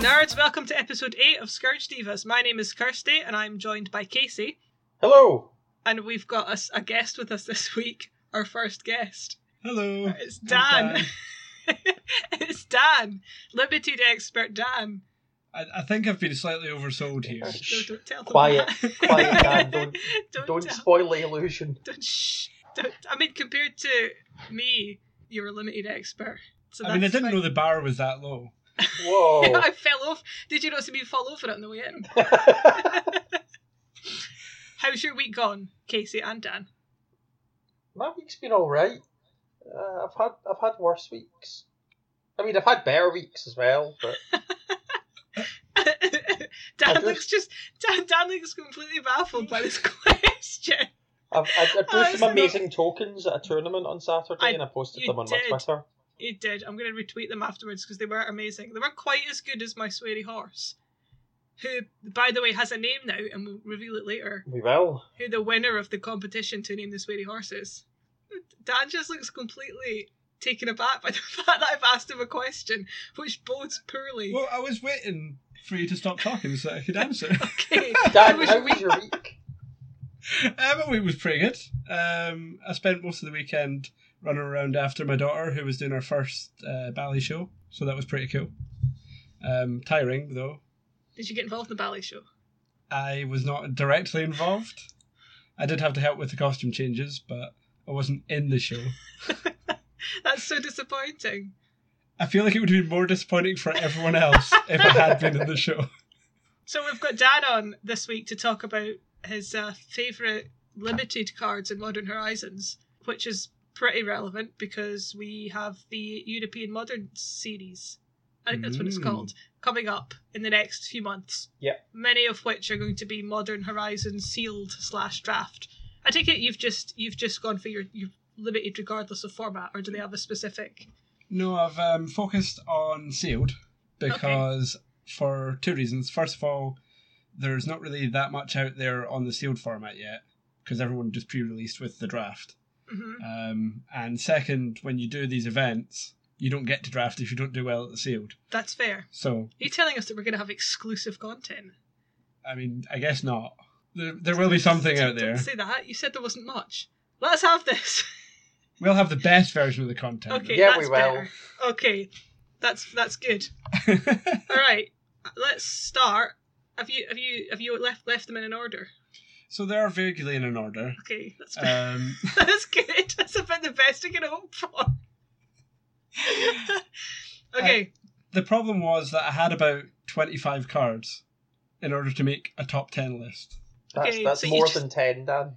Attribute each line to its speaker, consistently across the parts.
Speaker 1: Nerds, welcome to episode 8 of Scourge Divas. My name is Kirsty and I'm joined by Casey.
Speaker 2: Hello.
Speaker 1: And we've got us a guest with us this week, our first guest.
Speaker 3: Hello.
Speaker 1: It's
Speaker 3: I'm
Speaker 1: Dan. it's Dan, limited expert Dan.
Speaker 3: I, I think I've been slightly oversold here.
Speaker 1: No, don't tell them
Speaker 2: Quiet,
Speaker 1: that.
Speaker 2: quiet, Dan. Don't,
Speaker 1: don't,
Speaker 2: don't
Speaker 1: tell-
Speaker 2: spoil the illusion.
Speaker 1: don't, shh, don't. I mean, compared to me, you're a limited expert. So
Speaker 3: I mean, I
Speaker 1: that's
Speaker 3: didn't
Speaker 1: fine.
Speaker 3: know the bar was that low.
Speaker 2: Whoa.
Speaker 1: I fell off. Did you not see me fall over on the way in? How's your week gone, Casey and Dan?
Speaker 2: My week's been all right. Uh, I've had I've had worse weeks. I mean, I've had better weeks as well, but I
Speaker 1: Dan
Speaker 2: just-
Speaker 1: looks just Dan, Dan looks completely baffled by this question.
Speaker 2: I've, I, I drew
Speaker 1: Oh, it's
Speaker 2: some amazing tokens at a tournament on Saturday,
Speaker 1: I-
Speaker 2: and I posted
Speaker 1: you
Speaker 2: them on
Speaker 1: did.
Speaker 2: my Twitter.
Speaker 1: He did. I'm going to retweet them afterwards because they were amazing. They weren't quite as good as my sweary horse, who, by the way, has a name now, and we'll reveal it later.
Speaker 2: We will.
Speaker 1: Who the winner of the competition to name the sweary horse is? Dan just looks completely taken aback by the fact that I've asked him a question, which bodes poorly.
Speaker 3: Well, I was waiting for you to stop talking so I could answer.
Speaker 1: Okay.
Speaker 2: Dan,
Speaker 1: was
Speaker 2: how
Speaker 1: your
Speaker 2: was your week?
Speaker 3: uh, my week was pretty good. Um, I spent most of the weekend running around after my daughter, who was doing her first uh, ballet show, so that was pretty cool. Um, tiring though.
Speaker 1: Did you get involved in the ballet show?
Speaker 3: I was not directly involved. I did have to help with the costume changes, but I wasn't in the show.
Speaker 1: That's so disappointing.
Speaker 3: I feel like it would be more disappointing for everyone else if I had been in the show.
Speaker 1: So we've got Dan on this week to talk about his uh, favourite limited cards in Modern Horizons, which is pretty relevant because we have the European Modern series. I think that's what it's
Speaker 3: Mm.
Speaker 1: called coming up in the next few months.
Speaker 2: Yep.
Speaker 1: Many of which are going to be Modern Horizons sealed slash draft. I take it you've just you've just gone for your your limited regardless of format, or do they have a specific?
Speaker 3: No, I've um, focused on sealed because for two reasons. First of all, there's not really that much out there on the sealed format yet because everyone just pre-released with the draft.
Speaker 1: hmm
Speaker 3: Um, and second, when you do these events, you don't get to draft if you don't do well at the sealed.
Speaker 1: That's fair.
Speaker 3: So,
Speaker 1: Are you telling us that we're going to have exclusive content?
Speaker 3: I mean, I guess not. There, there will be something out
Speaker 1: Don't
Speaker 3: there.
Speaker 1: say that. You said there wasn't much. Let's have this.
Speaker 3: We'll have the best version of the content.
Speaker 1: Okay,
Speaker 2: Yeah,
Speaker 1: that's
Speaker 2: we will.
Speaker 1: better. Okay, that's that's good. All right, let's start. Have you have you have you left left them in an order?
Speaker 3: so they are vaguely in an order.
Speaker 1: Okay, that's
Speaker 3: Um,
Speaker 1: that's good. That's about the best I can hope for. okay,
Speaker 3: the problem was that I had about 25 cards in order to make a top 10 list.
Speaker 2: That's,
Speaker 1: Okay,
Speaker 2: that's
Speaker 1: so you
Speaker 2: more
Speaker 1: just-
Speaker 2: than ten, Dan.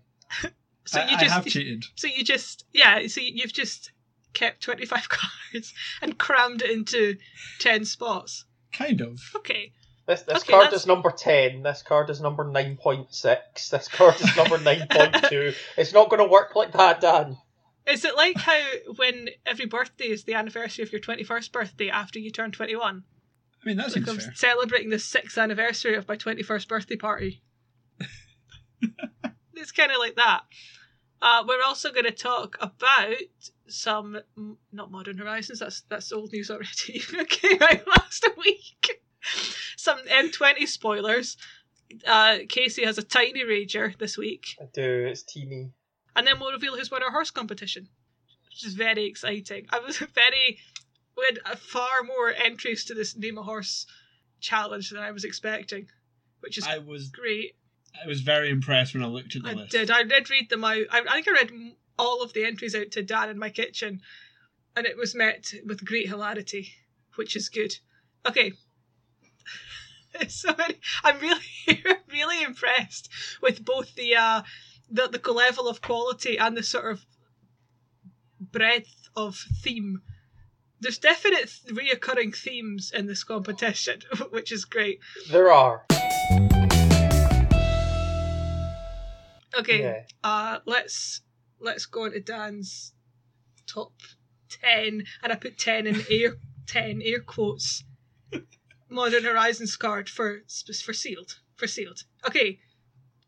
Speaker 1: so
Speaker 3: I,
Speaker 1: you
Speaker 3: I
Speaker 1: just
Speaker 3: have cheated.
Speaker 1: so you just yeah so you- you've just kept twenty five cards and crammed it into ten spots.
Speaker 3: Kind of.
Speaker 1: Okay.
Speaker 2: This this
Speaker 1: Okay,
Speaker 2: card
Speaker 1: that's-
Speaker 2: is number ten. This card is number nine point six. This card is number nine point two. It's not going to work like that, Dan.
Speaker 1: Is it like how when every birthday is the anniversary of your 21st birthday after you turn 21?
Speaker 3: I mean, that
Speaker 1: Like
Speaker 3: seems
Speaker 1: I'm
Speaker 3: fair.
Speaker 1: celebrating the sixth anniversary of my 21st birthday party. it's kind of like that. Uh, we're also going to talk about some m- not Modern Horizons. That's that's old news already. okay, right, last week. Some M20 spoilers. Uh, Casey has a tiny rager this week,
Speaker 2: I do. It's teeny.
Speaker 1: and then we'll reveal who's won our horse competition, which is very exciting. I was very, we had uh, far more entries to this name a horse challenge than I was expecting, which is
Speaker 3: I was
Speaker 1: great.
Speaker 3: I was very impressed when I looked at the
Speaker 1: I
Speaker 3: list.
Speaker 1: did. I did read them out. I, I think I read m- all of the entries out to Dan in my kitchen, and it was met with great hilarity, which is good. Okay. It's so many, I'm really, really impressed with both the uh, the the level of quality and the sort of breadth of theme. There's definite th- reoccurring themes in this competition, which is great.
Speaker 2: There are.
Speaker 1: Okay,
Speaker 2: Yeah.
Speaker 1: Uh, let's let's go on to Dan's top ten, and I put ten in air ten air quotes. Modern Horizons card for for sealed for sealed. Okay,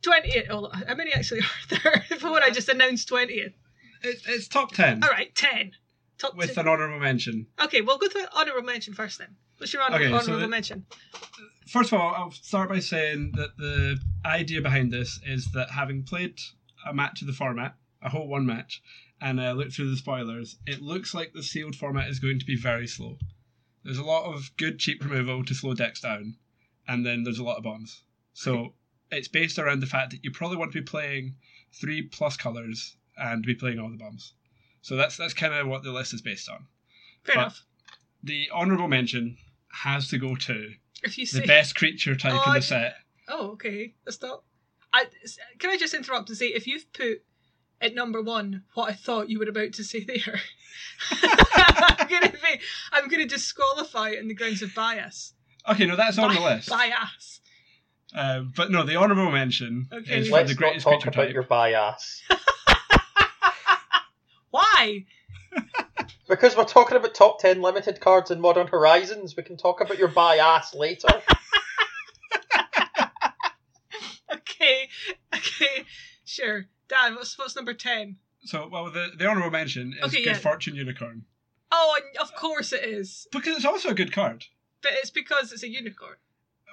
Speaker 1: twentieth. Oh, how many actually are there? Before I just announced twentieth.
Speaker 3: It's, it's top 10.
Speaker 1: All right, ten. Top
Speaker 3: with
Speaker 1: two.
Speaker 3: an honorable mention.
Speaker 1: Okay, we'll go to honorable mention first then. What's your honor-
Speaker 3: Okay, so
Speaker 1: honorable
Speaker 3: the-
Speaker 1: mention?
Speaker 3: First of all, I'll start by saying that the idea behind this is that having played a match of the format, a whole one match, and uh, looked through the spoilers, it looks like the sealed format is going to be very slow. There's a lot of good cheap removal to slow decks down, and then there's a lot of bombs. So it's based around the fact that you probably want to be playing three plus colors and be playing all the bombs. So that's that's kind of what the list is based on.
Speaker 1: Fair
Speaker 3: but-
Speaker 1: enough.
Speaker 3: The honourable mention has to go to
Speaker 1: If you
Speaker 3: the
Speaker 1: say.
Speaker 3: best creature type
Speaker 1: Oh,
Speaker 3: in
Speaker 1: I
Speaker 3: the set.
Speaker 1: Oh, okay. That's not. I s- can I just interrupt and say if you've put at number one what I thought you were about to say there, I'm gonna be, I'm gonna disqualify it on the grounds of bias.
Speaker 3: Okay, no, that's on the
Speaker 1: Bi-
Speaker 3: list.
Speaker 1: Bias.
Speaker 3: Uh, but no, the honourable mention
Speaker 1: Okay.
Speaker 3: is for
Speaker 2: Let's
Speaker 3: the
Speaker 2: not
Speaker 3: greatest
Speaker 2: talk
Speaker 3: creature
Speaker 2: about
Speaker 3: type.
Speaker 2: your bias.
Speaker 1: Why?
Speaker 2: Because we're talking about top 10 limited cards in Modern Horizons, we can talk about your bias later.
Speaker 1: Okay. Okay. Sure. Dan, what's what's number ten?
Speaker 3: So, well, the, the honourable mention is
Speaker 1: Okay,
Speaker 3: Good
Speaker 1: yeah.
Speaker 3: Fortune Unicorn.
Speaker 1: Oh, and of course it is.
Speaker 3: Because it's also a good card,
Speaker 1: But it's because it's a unicorn.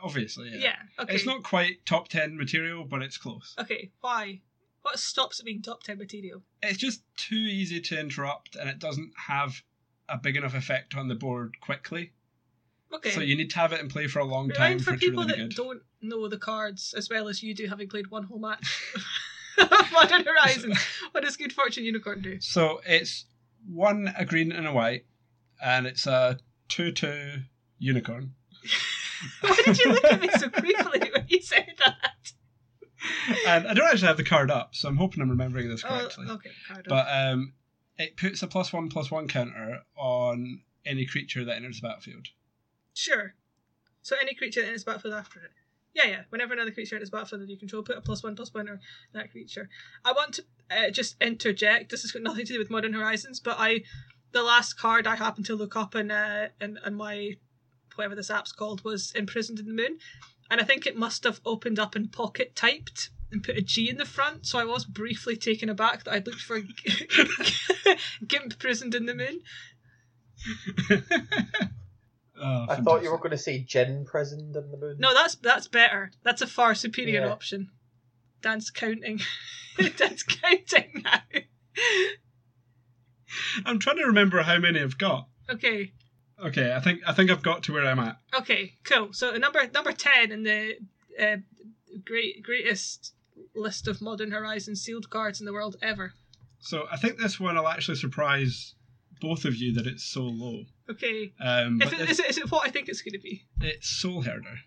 Speaker 3: obviously.
Speaker 1: Yeah.
Speaker 3: Yeah.
Speaker 1: okay.
Speaker 3: It's not quite top 10 material, but it's close.
Speaker 1: Okay. Why? What stops it being top ten material?
Speaker 3: It's just too easy to interrupt, and it doesn't have a big enough effect on the board quickly.
Speaker 1: Okay.
Speaker 3: So, you need to have it in play for a long time
Speaker 1: Remind
Speaker 3: for
Speaker 1: for
Speaker 3: it to
Speaker 1: people
Speaker 3: really be
Speaker 1: that
Speaker 3: good.
Speaker 1: don't know the cards as well as you do, having played one whole match of Modern Horizons. What does Good Fortune Unicorn do?
Speaker 3: So it's one a green and a white, and it's a two-two unicorn.
Speaker 1: Why did you look at me so creepily when you said that?
Speaker 3: And I don't actually have the card up, so I'm hoping I'm remembering this
Speaker 1: Oh,
Speaker 3: correctly.
Speaker 1: okay, pardon.
Speaker 3: But um, it puts a plus one plus one counter on any creature that enters the battlefield.
Speaker 1: sure. So any creature that enters battlefield after it. Yeah, yeah. Whenever another creature enters battlefield that you control, put a plus one plus one on that creature. I want to uh, just interject. This has got nothing to do with Modern Horizons, but I, the last card I happened to look up in uh, in, in my whatever this app's called was Imprisoned in the Moon, and I think it must have opened up in pocket typed and put a G in the front. So I was briefly taken aback that I'd looked for Gimp Prisoned in the Moon.
Speaker 3: Oh,
Speaker 2: I thought you were
Speaker 3: fantastic.
Speaker 2: going to say Jin prisoned in the moon.
Speaker 1: No, that's that's better. That's a far superior
Speaker 2: Yeah.
Speaker 1: option. Dan's counting. Dan's counting now.
Speaker 3: I'm trying to remember how many I've got.
Speaker 1: Okay.
Speaker 3: Okay, I think I think I've got to where I'm at.
Speaker 1: Okay. Cool. So number number ten in the uh, great greatest list of Modern Horizon sealed cards in the world ever.
Speaker 3: So I think this one will actually surprise both of you that it's so low.
Speaker 1: Okay.
Speaker 3: Um,
Speaker 1: If
Speaker 3: but
Speaker 1: it,
Speaker 3: it's,
Speaker 1: is, it, is it what I think it's going to be?
Speaker 3: it's Soul Herder.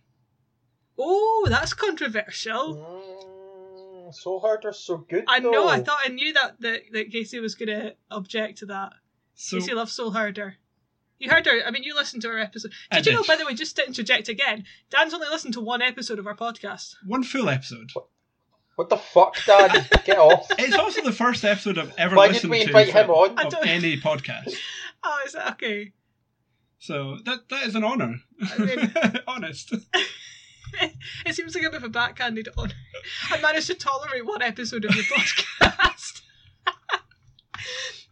Speaker 1: Oh, that's controversial.
Speaker 2: Mm, so hard or so good?
Speaker 1: I know. I
Speaker 2: though.
Speaker 1: thought I knew that that, that Casey was going to object to that.
Speaker 3: So
Speaker 1: Casey loves Soul Herder. You heard her. I mean, you listened to her episode.
Speaker 3: I
Speaker 1: Did you know,
Speaker 3: did.
Speaker 1: by the way, just to interject again, Dan's only listened to one episode of our podcast.
Speaker 3: one full episode.
Speaker 2: What the fuck, Dad? Get off.
Speaker 3: It's also the first episode I've ever
Speaker 2: Why did
Speaker 3: listened
Speaker 2: we
Speaker 3: to
Speaker 2: invite him
Speaker 3: for-
Speaker 2: on?
Speaker 1: I
Speaker 3: of
Speaker 1: don't-
Speaker 3: any podcast.
Speaker 1: Oh, is that okay?
Speaker 3: So that that is an honor.
Speaker 1: I mean-
Speaker 3: Honest.
Speaker 1: It seems like a bit of a backhanded honour. I managed to tolerate one episode of your podcast.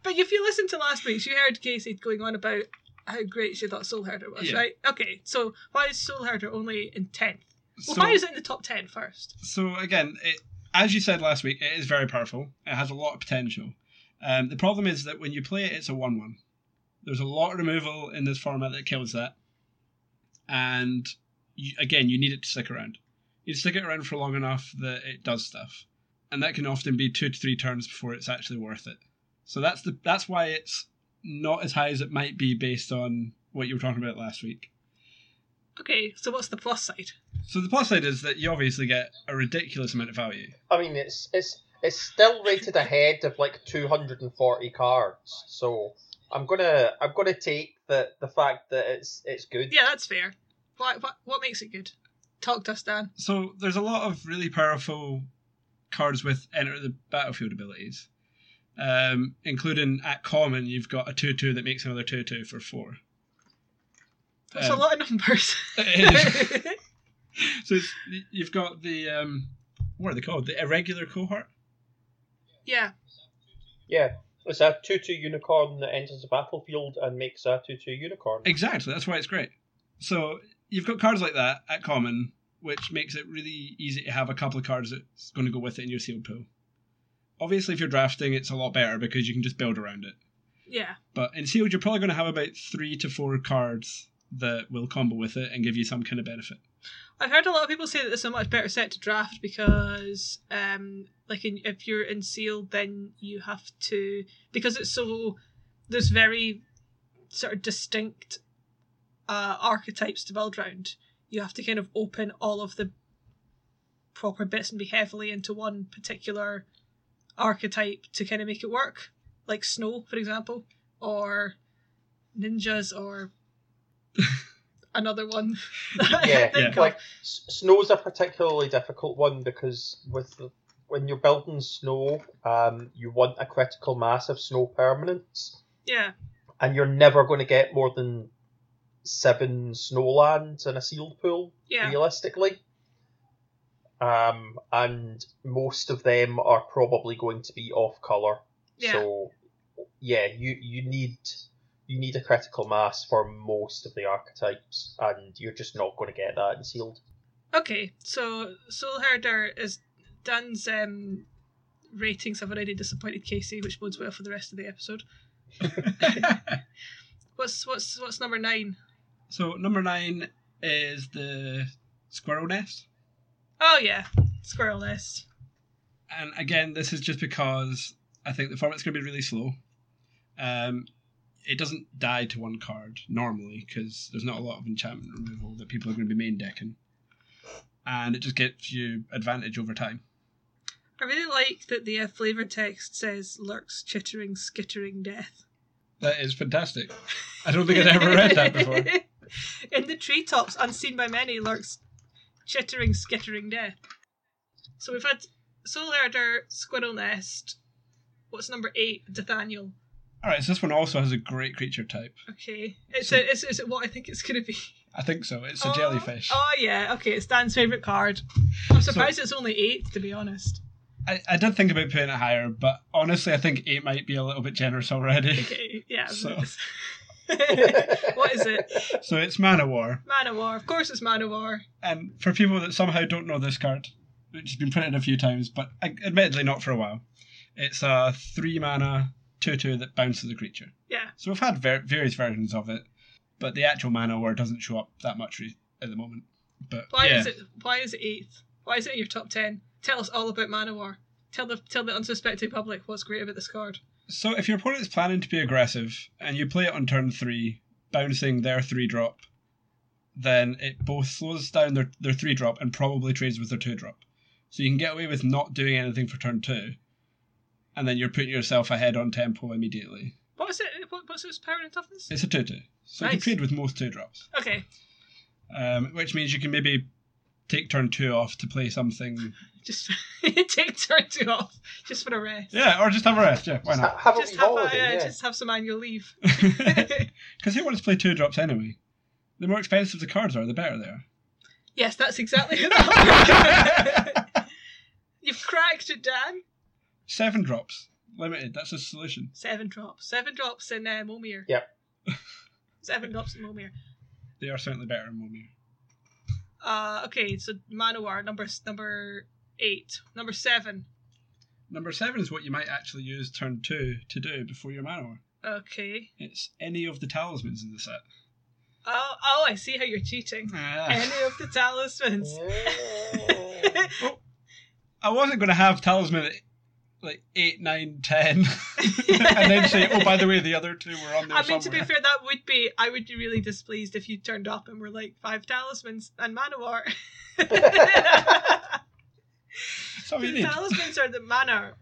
Speaker 1: but if you listened to last week's, you heard Casey going on about how great she thought Soul Herder was,
Speaker 3: Yeah.
Speaker 1: right? Okay, so why is Soul Herder only in 10th? Well,
Speaker 3: So,
Speaker 1: why is it in the top 10 first?
Speaker 3: so again, it, as you said last week, it is very powerful. It has a lot of potential. Um, the problem is that when you play it, it's a one-one. There's a lot of removal in this format that kills that, and you, again, you need it to stick around. You stick it around for long enough that it does stuff, and that can often be two to three turns before it's actually worth it. So that's the that's why it's not as high as it might be based on what you were talking about last week.
Speaker 1: Okay, so what's the plus side?
Speaker 3: So the plus side is that you obviously get a ridiculous amount of value.
Speaker 2: I mean, it's it's it's still rated ahead of like 240 cards. So I'm gonna I'm gonna take the the fact that it's it's good.
Speaker 1: Yeah, that's fair. Why, what, what makes it good? Talk to us, Dan.
Speaker 3: So there's a lot of really powerful cards with enter the battlefield abilities, um, including at common you've got a two-two that makes another two-two for four.
Speaker 1: That's
Speaker 3: Um,
Speaker 1: a lot of numbers.
Speaker 3: It is. so it's, you've got the um, what are they called? The irregular cohort.
Speaker 1: yeah.
Speaker 2: Yeah. It's a 2 2 unicorn that enters the battlefield and makes a 2 2 unicorn.
Speaker 3: Exactly. That's why it's great. So you've got cards like that at common, which makes it really easy to have a couple of cards that's going to go with it in your sealed pool. Obviously, if you're drafting, it's a lot better because you can just build around it.
Speaker 1: Yeah.
Speaker 3: But in sealed, you're probably going to have about three to four cards that will combo with it and give you some kind of benefit.
Speaker 1: I've heard a lot of people say that there's a much better set to draft because, um, like, in, if you're in sealed, then you have to because it's so there's very sort of distinct uh, archetypes to build round. You have to kind of open all of the proper bits and be heavily into one particular archetype to kind of make it work, like snow, for example, or ninjas, or another one. that I
Speaker 2: Yeah,
Speaker 1: think of.
Speaker 2: like s- snow's a particularly difficult one because with the, when you're building snow, um, you want a critical mass of snow permanents,
Speaker 1: yeah,
Speaker 2: and you're never going to get more than seven snowlands in a sealed pool.
Speaker 1: yeah.
Speaker 2: realistically. Um, and most of them are probably going to be off color.
Speaker 1: Yeah.
Speaker 2: So, yeah, you you need you need a critical mass for most of the archetypes, and you're just not going to get that in sealed.
Speaker 1: Okay, so Soul Herder is Dan's um, ratings have already disappointed Casey, which bodes well for the rest of the episode. What's what's what's number nine?
Speaker 3: so number nine is the squirrel nest.
Speaker 1: Oh yeah, Squirrel Nest.
Speaker 3: and again, this is just because I think the format's going to be really slow. Um, it doesn't die to one card normally because there's not a lot of enchantment removal that people are going to be main decking, and it just gets you advantage over time.
Speaker 1: I really like that the uh, flavor text says lurks chittering skittering death.
Speaker 3: That is fantastic. I don't think I'd ever read that before.
Speaker 1: In the treetops, unseen by many, lurks chittering skittering death. So we've had Soul Herder, Squirrel Nest. What's number eight? Nathaniel.
Speaker 3: All right, so this one also has a great creature type.
Speaker 1: Okay. It's
Speaker 3: So-
Speaker 1: a, is, is it what I think it's going to be?
Speaker 3: I think so. It's a
Speaker 1: Oh,
Speaker 3: jellyfish.
Speaker 1: Oh, yeah. Okay, it's Dan's favourite card. I'm surprised it's only eight, to be honest.
Speaker 3: I, I did think about putting it higher, but honestly, I think eight might be a little bit generous already.
Speaker 1: Okay, yeah.
Speaker 2: E
Speaker 3: So-
Speaker 1: what is it?
Speaker 3: so it's Manowar. War.
Speaker 1: Manowar. Of course it's Manowar.
Speaker 3: And Um, for people that somehow don't know this card, which has been printed a few times, but ad- admittedly not for a while, it's a three mana 2 2 that bounces a creature.
Speaker 1: Yeah.
Speaker 3: So we've had ver- various versions of it, but the actual mana word doesn't show up that much re- at the moment. But
Speaker 1: Why
Speaker 3: yeah,
Speaker 1: is it Why is it eighth? Why is it in your top ten? Tell us all about Manowar. Tell the tell the unsuspecting public what's great about this card.
Speaker 3: so if your opponent's planning to be aggressive and you play it on turn three, bouncing their three drop, then it both slows down their, their three drop and probably trades with their two drop. So you can get away with not doing anything for turn two, and then you're putting yourself ahead on tempo immediately.
Speaker 1: What is it? What, what's its power and toughness?
Speaker 3: It's a two two, so you
Speaker 1: Nice.
Speaker 3: can trade with most two drops,
Speaker 1: Okay,
Speaker 3: um, which means you can maybe take turn two off to play something.
Speaker 1: just take turn two off just for a rest.
Speaker 3: Yeah, or just have a rest. Yeah, why
Speaker 2: Just
Speaker 3: not?
Speaker 2: ha- have a
Speaker 1: Just
Speaker 2: wee
Speaker 1: have a-
Speaker 2: holiday,
Speaker 1: yeah,
Speaker 2: yeah.
Speaker 1: just have some annual leave.
Speaker 3: Because who wants to play two drops anyway? The more expensive the cards are, the better they are.
Speaker 1: yes, that's exactly it. You've cracked it, Dan.
Speaker 3: Seven drops limited. That's a solution.
Speaker 1: Seven drops. Seven drops in uh, Momir.
Speaker 2: Yep.
Speaker 1: Seven drops in Momir.
Speaker 3: They are certainly better in Momir.
Speaker 1: Uh, okay, so Manowar, number number eight. Number seven.
Speaker 3: Number seven is what you might actually use turn two to do before your Manowar.
Speaker 1: Okay.
Speaker 3: It's any of the talismans in the set. Ah.
Speaker 1: Oh, oh, I see how you're cheating. Any of the talismans.
Speaker 2: Yeah.
Speaker 3: Oh, I wasn't going to have talisman at like eight, nine, ten, and then say, "Oh, by the way, the other two were on there
Speaker 1: I mean, to be
Speaker 3: somewhere."
Speaker 1: fair, that would be. I would be really displeased if you turned up and were like five talismans and Manowar.
Speaker 3: So we
Speaker 1: The
Speaker 3: need.
Speaker 1: talismans are the mana.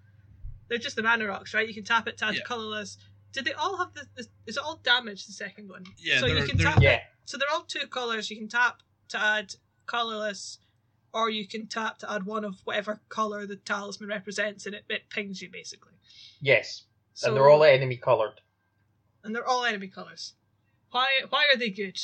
Speaker 1: They're just the mana rocks, right? You can tap it, tap
Speaker 3: Yeah.
Speaker 1: colorless. Do they all have the, the? Is it all damage? The second one.
Speaker 3: Yeah,
Speaker 1: So you
Speaker 3: they're-
Speaker 1: can
Speaker 3: they're-
Speaker 1: tap
Speaker 2: yeah.
Speaker 1: So they're all two colors. You can tap to add colorless, or you can tap to add one of whatever color the talisman represents, and it, it pings you basically.
Speaker 2: Yes.
Speaker 1: So,
Speaker 2: And they're all enemy coloured.
Speaker 1: and they're all enemy colors. Why why are they good?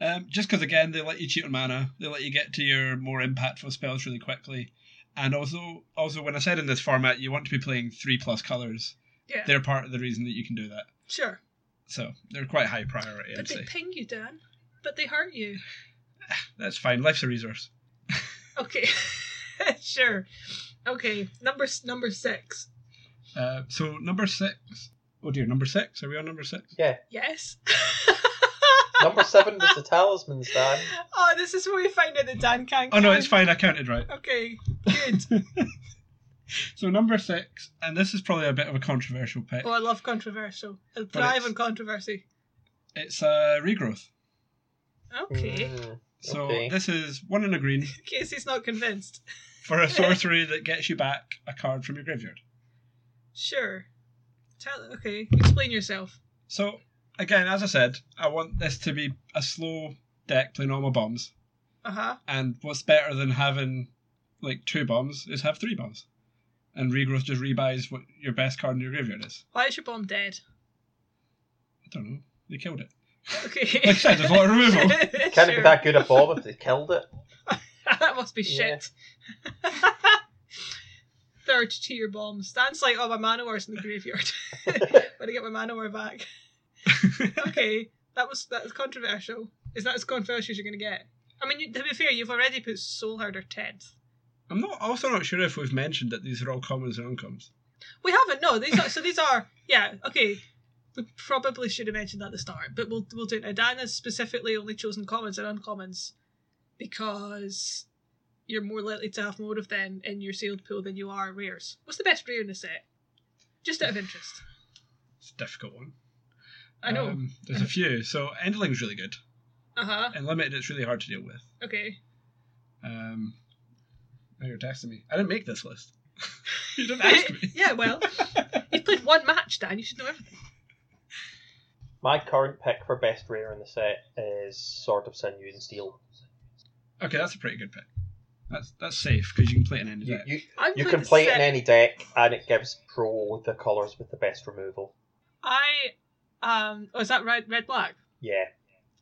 Speaker 3: Um, just because again, they let you cheat on mana. They let you get to your more impactful spells really quickly, and also, also when I said in this format, you want to be playing three plus colors,
Speaker 1: Yeah.
Speaker 3: They're part of the reason that you can do that.
Speaker 1: Sure.
Speaker 3: So they're quite high priority. I'd
Speaker 1: But they
Speaker 3: say.
Speaker 1: ping you, Dan. But they hurt you.
Speaker 3: That's fine. Life's a resource.
Speaker 1: Okay. sure. Okay. Number s- number six.
Speaker 3: Uh, so number six. Oh dear, number six. Are we on number six?
Speaker 1: Yes.
Speaker 2: Number seven was the talismans, Dan.
Speaker 1: oh, this is where we find out that Dan can't.
Speaker 3: Oh no,
Speaker 1: count.
Speaker 3: it's fine. I counted right.
Speaker 1: Okay. Good.
Speaker 3: So number six, and this is probably a bit of a controversial pick.
Speaker 1: oh, I love controversial. I thrive
Speaker 3: it's-
Speaker 1: on controversy.
Speaker 3: It's uh, regrowth.
Speaker 1: Okay.
Speaker 2: Mm,
Speaker 3: So
Speaker 2: Okay.
Speaker 3: this is one in a green
Speaker 1: Casey's not convinced.
Speaker 3: for a sorcery that gets you back a card from your graveyard.
Speaker 1: Sure. Tell. Okay. Explain yourself.
Speaker 3: So again, as I said, I want this to be a slow deck playing all my bombs.
Speaker 1: Uh huh.
Speaker 3: And what's better than having like two bombs is have three bombs. And regrowth just rebuys what your best card in your graveyard is.
Speaker 1: Why is your bomb dead?
Speaker 3: I don't know. They killed it.
Speaker 1: Okay.
Speaker 3: Like I said, there's a lot of removal.
Speaker 2: Can't
Speaker 1: Sure.
Speaker 2: be that good a bomb if they killed it.
Speaker 1: that must be
Speaker 2: Yeah.
Speaker 1: shit. Third tier bomb. Stan's like, oh, my Manowar's in the graveyard. Better get my Manowar back. okay, that was that was controversial. Is that as controversial as you're going to get? I mean, you, to be fair, you've already put Soul Herder 10th.
Speaker 3: I'm not also not sure if we've mentioned that these are all commons and uncommons.
Speaker 1: We haven't, no. These are, so these are, yeah, okay. We probably should have mentioned that at the start, but we'll, we'll do it now. Dan has specifically only chosen commons and uncommons because you're more likely to have more of them in your sealed pool than you are rares. What's the best rare in the set? Just out of interest.
Speaker 3: It's a difficult one.
Speaker 1: I know.
Speaker 3: Um, there's a few. So Endling's really good.
Speaker 1: uh huh.
Speaker 3: And Limited it's really hard to deal with.
Speaker 1: Okay.
Speaker 3: Um, now you're texting me. I didn't make this list. you didn't ask me.
Speaker 1: yeah, well, you've played one match, Dan. You should know everything.
Speaker 2: My current pick for best rare in the set is Sword of Sinew and Steel.
Speaker 3: Okay, that's a pretty good pick. That's that's safe because you can play it in any
Speaker 2: You,
Speaker 3: deck.
Speaker 2: you,
Speaker 1: I'm
Speaker 2: you
Speaker 1: playing
Speaker 2: can
Speaker 1: the
Speaker 2: play it
Speaker 1: set-
Speaker 2: in any deck, and it gives Pro the colours with the best removal.
Speaker 1: I, um, oh, is that red, red black?
Speaker 2: Yeah.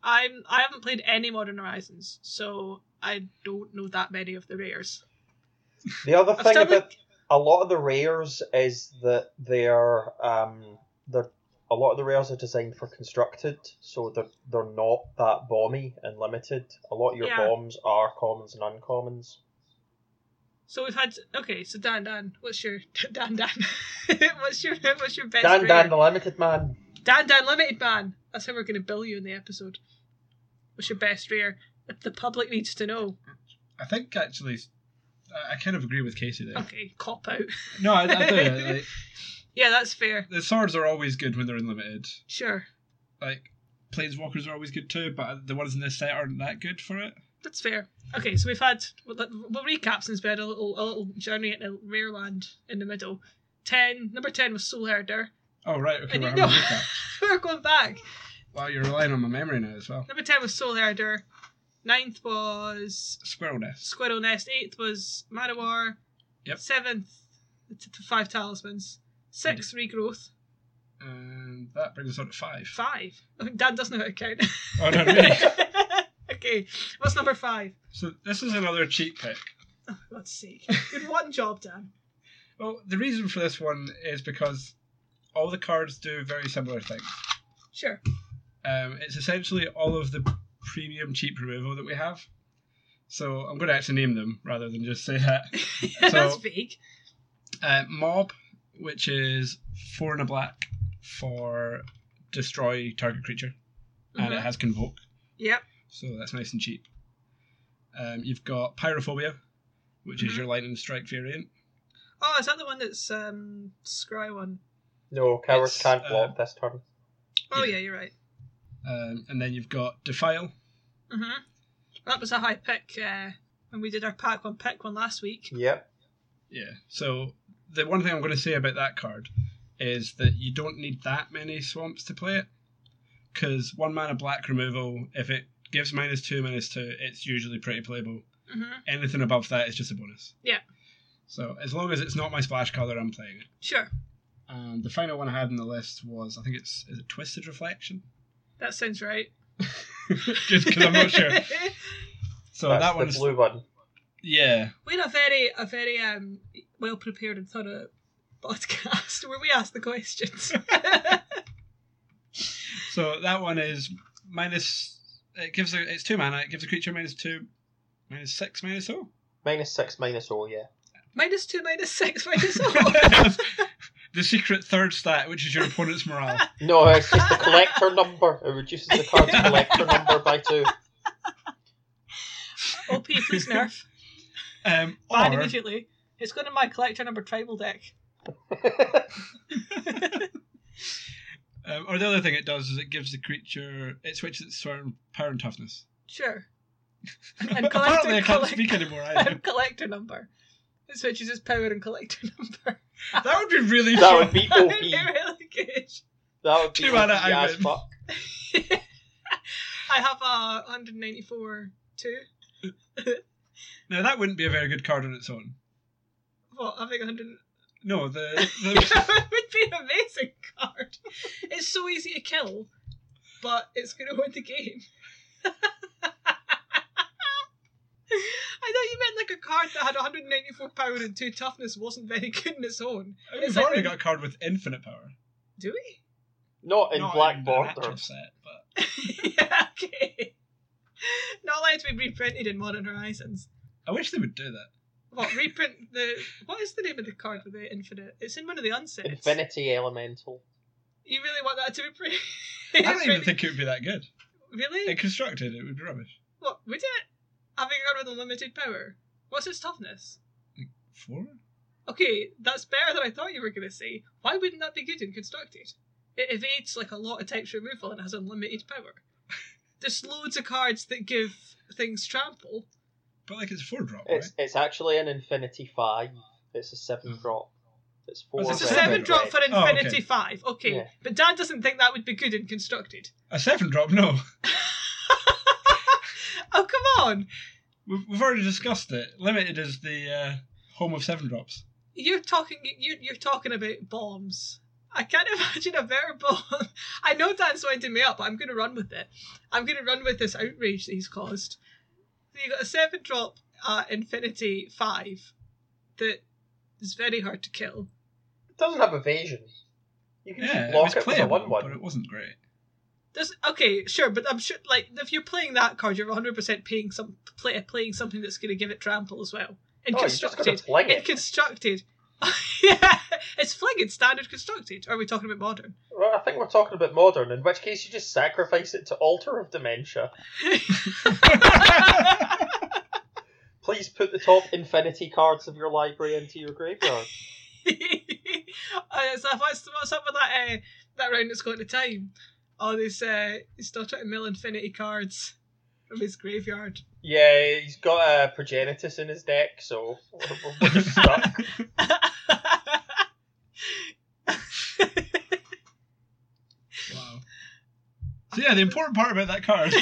Speaker 1: I'm I haven't played any Modern Horizons, so I don't know that many of the rares.
Speaker 2: The other
Speaker 1: I've
Speaker 2: thing
Speaker 1: started-
Speaker 2: about a lot of the rares is that they're um they're a lot of the rares are designed for constructed, so they're they're not that bomby and limited. A lot of your
Speaker 1: Yeah.
Speaker 2: bombs are commons and uncommons.
Speaker 1: So we've had okay. So Dan Dan, what's your Dan Dan? what's your what's your best
Speaker 2: Dan
Speaker 1: rare?
Speaker 2: Dan the limited man.
Speaker 1: Dan Dan Limited Man. That's how we're going to bill you in the episode. What's your best rare? The- The public needs to know.
Speaker 3: I think actually, I, I kind of agree with Casey there.
Speaker 1: Okay, cop out.
Speaker 3: No, I, I do. Like,
Speaker 1: Yeah, that's fair.
Speaker 3: the swords are always good when they're in limited.
Speaker 1: Sure,
Speaker 3: Like planeswalkers are always good too, but the ones in this set aren't that good for it.
Speaker 1: that's fair. Okay, so we've had we'll, we'll recap since we had a little a little journey into rare land in the middle. Ten number ten was Soul Herder.
Speaker 3: Oh right, okay.
Speaker 1: And
Speaker 3: We're
Speaker 1: you
Speaker 3: having a
Speaker 1: know-
Speaker 3: recap.
Speaker 1: we're going back.
Speaker 3: Wow, you're relying on my memory now as well.
Speaker 1: Number 10 was Soul Herder. Ninth was
Speaker 3: Squirrel nest.
Speaker 1: Squirrel Nest. Eighth was Manowar.
Speaker 3: Yep.
Speaker 1: Seventh, t- t- five talismans. Six, regrowth.
Speaker 3: And that brings us on to five.
Speaker 1: Five. I think Dan doesn't know how to count.
Speaker 3: Oh no, really?
Speaker 1: okay, what's number five?
Speaker 3: so this is another cheat pick.
Speaker 1: Oh, for God's sake. Good one job, Dan.
Speaker 3: Well, the reason for this one is because all the cards do very similar things.
Speaker 1: Sure.
Speaker 3: Um, it's essentially all of the premium cheap removal that we have. So I'm going to actually name them rather than just say that.
Speaker 1: That's
Speaker 3: So-
Speaker 1: vague.
Speaker 3: Uh, Mob, which is four and a black for destroy target creature, and uh, it
Speaker 1: Mhm.
Speaker 3: has convoke,
Speaker 1: Yep.
Speaker 3: so that's nice and cheap. Um, you've got Pyrophobia, which
Speaker 1: Mhm.
Speaker 3: is your lightning strike variant.
Speaker 1: Oh, is that the one that's um, Scry one?
Speaker 2: No, cowards
Speaker 3: It's,
Speaker 2: can't
Speaker 3: uh,
Speaker 2: block this turn.
Speaker 1: Oh, yeah,
Speaker 3: Yeah.
Speaker 1: you're right.
Speaker 3: Um, and then you've got Defile, Mm-hmm.
Speaker 1: hmm That was a high pick uh, when we did our pack one pick one last week.
Speaker 2: Yep.
Speaker 3: Yeah. So the one thing I'm going to say about that card is that you don't need that many swamps to play it, because one mana black removal, if it gives minus two, minus two, it's usually pretty playable.
Speaker 1: hmm
Speaker 3: Anything above that is just a bonus.
Speaker 1: Yeah.
Speaker 3: So as long as it's not my splash color, I'm playing it.
Speaker 1: Sure.
Speaker 3: And the final one I had in the list was I think it's is it Twisted Reflection,
Speaker 1: That sounds right.
Speaker 3: just because I'm not sure. So
Speaker 2: that's
Speaker 3: that
Speaker 2: the
Speaker 3: one's
Speaker 2: blue one.
Speaker 3: yeah.
Speaker 1: We're a very, a very um, well prepared and thorough podcast where we ask the questions.
Speaker 3: So that one is minus. It gives a. It's two mana. It gives a creature minus two, minus six, minus oh.
Speaker 2: Minus six, minus all, yeah.
Speaker 1: minus two, minus six, minus oh. all.
Speaker 3: the secret third stat, which is your opponent's morale.
Speaker 2: No, it's just the collector number. It reduces the card's collector number by two.
Speaker 1: OP, please nerf.
Speaker 3: Um,
Speaker 1: Ban
Speaker 3: or
Speaker 1: immediately. It's going to my collector number tribal deck.
Speaker 3: um, or the other thing it does is it gives the creature it switches its swarm power and toughness.
Speaker 1: Sure.
Speaker 3: Apparently, I
Speaker 1: collector-
Speaker 3: can't speak anymore. Either.
Speaker 1: And collector number. It switches its power and collector number.
Speaker 3: that would be really.
Speaker 2: that
Speaker 3: fun.
Speaker 2: would be
Speaker 1: That'd
Speaker 2: OP.
Speaker 1: be really good.
Speaker 2: That would be
Speaker 3: Two
Speaker 2: OP
Speaker 3: mana, I
Speaker 2: as
Speaker 3: win.
Speaker 2: fuck.
Speaker 1: I have a 194 2.
Speaker 3: Now that wouldn't be a very good card on its own.
Speaker 1: What? I think 100.
Speaker 3: No, the, the
Speaker 1: it would be an amazing card. It's so easy to kill, but it's going to win the game. I thought you meant like a card that had 194 power and 2 toughness wasn't very good in its own.
Speaker 3: we've already got a card with infinite power.
Speaker 1: Do we?
Speaker 2: Not in
Speaker 3: Not
Speaker 2: black
Speaker 3: an
Speaker 2: border.
Speaker 3: actual set, but
Speaker 1: yeah, okay. Not allowed to be reprinted in Modern Horizons.
Speaker 3: I wish they would do that.
Speaker 1: What reprint the? What is the name of the card with the infinite? It's in one of the unsets.
Speaker 2: Infinity Elemental.
Speaker 1: You really want that to be printed?
Speaker 3: I don't even think it would be that good.
Speaker 1: Really?
Speaker 3: It constructed, it would be rubbish.
Speaker 1: What would it? Having a card with unlimited power. What's its toughness?
Speaker 3: Four?
Speaker 1: Okay, that's better than I thought you were going to say. Why wouldn't that be good in constructed? It evades like a lot of types removal and has unlimited power. There's loads of cards that give things trample.
Speaker 3: But like it's a four drop,
Speaker 2: It's it's actually an Infinity Five. It's a seven
Speaker 3: Mm.
Speaker 2: drop. It's four.
Speaker 3: Oh,
Speaker 1: It's a
Speaker 3: red,
Speaker 1: seven
Speaker 3: red,
Speaker 1: drop for
Speaker 3: Oh, okay.
Speaker 1: Infinity Five. Okay,
Speaker 2: Yeah.
Speaker 1: but Dad doesn't think that would be good in constructed.
Speaker 3: right? A seven drop, no.
Speaker 1: Oh come on!
Speaker 3: We've, we've already discussed it. Limited is the uh, home of seven drops.
Speaker 1: You're talking. You, you're talking about bombs. I can't imagine a better bomb. I know Dan's winding me up, but I'm going to run with it. I'm going to run with this outrage that he's caused. So you got a seven drop uh, Infinity Five that is very hard to kill.
Speaker 2: It doesn't have evasion. You can
Speaker 3: Yeah,
Speaker 2: just
Speaker 3: it was
Speaker 2: block it with a
Speaker 3: playable,
Speaker 2: one
Speaker 3: but
Speaker 2: one.
Speaker 3: it wasn't great.
Speaker 1: There's, okay, sure, but I'm sure like if you're playing that card, you're 100 percent paying some play, playing something that's going to give it trample as well. In
Speaker 2: Oh, you're just gonna
Speaker 1: constructed,
Speaker 2: fling
Speaker 1: in
Speaker 2: it.
Speaker 1: constructed, yeah, it's flinging standard constructed. Or are we talking about modern?
Speaker 2: Well, I think we're talking about modern, in which case you just sacrifice it to Altar of Dementia. Please put the top infinity cards of your library into your graveyard.
Speaker 1: uh, so what's, what's up with that uh, that round that's going to time? Oh, this uh, he's still trying to mill infinity cards from his graveyard.
Speaker 2: Yeah, he's got a Progenitus in his deck, so we're, we're just stuck.
Speaker 3: wow. So yeah, the important part about that card,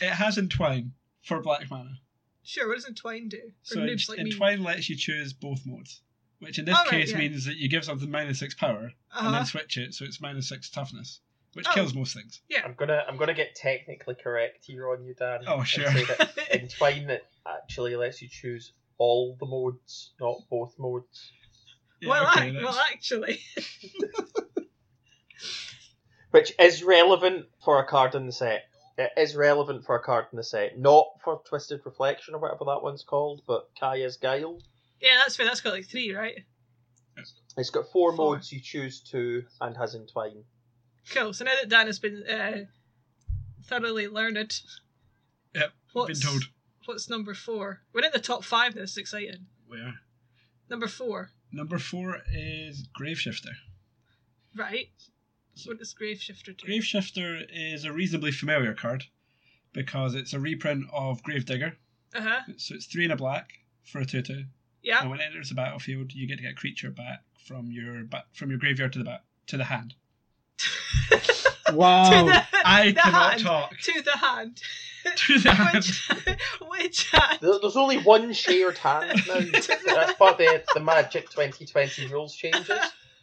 Speaker 3: it has entwine for black mana.
Speaker 1: sure, what does entwine do? For
Speaker 3: So
Speaker 1: noobs like me.
Speaker 3: entwine lets you choose both modes, which in this
Speaker 1: Alright,
Speaker 3: case
Speaker 1: yeah.
Speaker 3: means that you give something minus six power and
Speaker 1: Uh-huh.
Speaker 3: then switch it, so it's minus six toughness, which
Speaker 1: Oh.
Speaker 3: kills most things.
Speaker 2: I'm gonna, I'm gonna get technically correct here on you, Dan.
Speaker 3: Oh,
Speaker 2: and
Speaker 3: sure.
Speaker 2: say that Entwine that actually lets you choose all the modes, not both modes.
Speaker 3: Yeah,
Speaker 1: well,
Speaker 3: okay,
Speaker 1: ac-
Speaker 3: that's-
Speaker 1: well, actually,
Speaker 2: Which is relevant for a card in the set. It is relevant for a card in the set, not for Twisted Reflection or whatever that one's called, but Kaya's Guile.
Speaker 1: yeah, that's fair. That's got like three, right?
Speaker 2: It's got four,
Speaker 1: Four.
Speaker 2: modes you choose two and has Entwine.
Speaker 1: Cool. So now that Dan has been uh, thoroughly learned,
Speaker 3: Yep,
Speaker 1: what's,
Speaker 3: been told.
Speaker 1: What's number four? We're in the top five. This is exciting.
Speaker 3: Where?
Speaker 1: Number four,
Speaker 3: Number four is Graveshifter.
Speaker 1: right? What does Graveshifter do?
Speaker 3: Graveshifter is a reasonably familiar card because it's a reprint of Gravedigger.
Speaker 1: Uh huh.
Speaker 3: So it's three in a black for a two two.
Speaker 1: Yeah.
Speaker 3: And when it enters the battlefield, you get to get a creature back from your back from your graveyard to the back to the hand.
Speaker 1: to the,
Speaker 3: Wow. I
Speaker 1: the
Speaker 3: cannot
Speaker 1: hand.
Speaker 3: talk.
Speaker 1: To the hand.
Speaker 3: To the hand.
Speaker 1: Which, which hand?
Speaker 2: There- There's only one shared hand now. That's part of the, the Magic 2020 rules changes.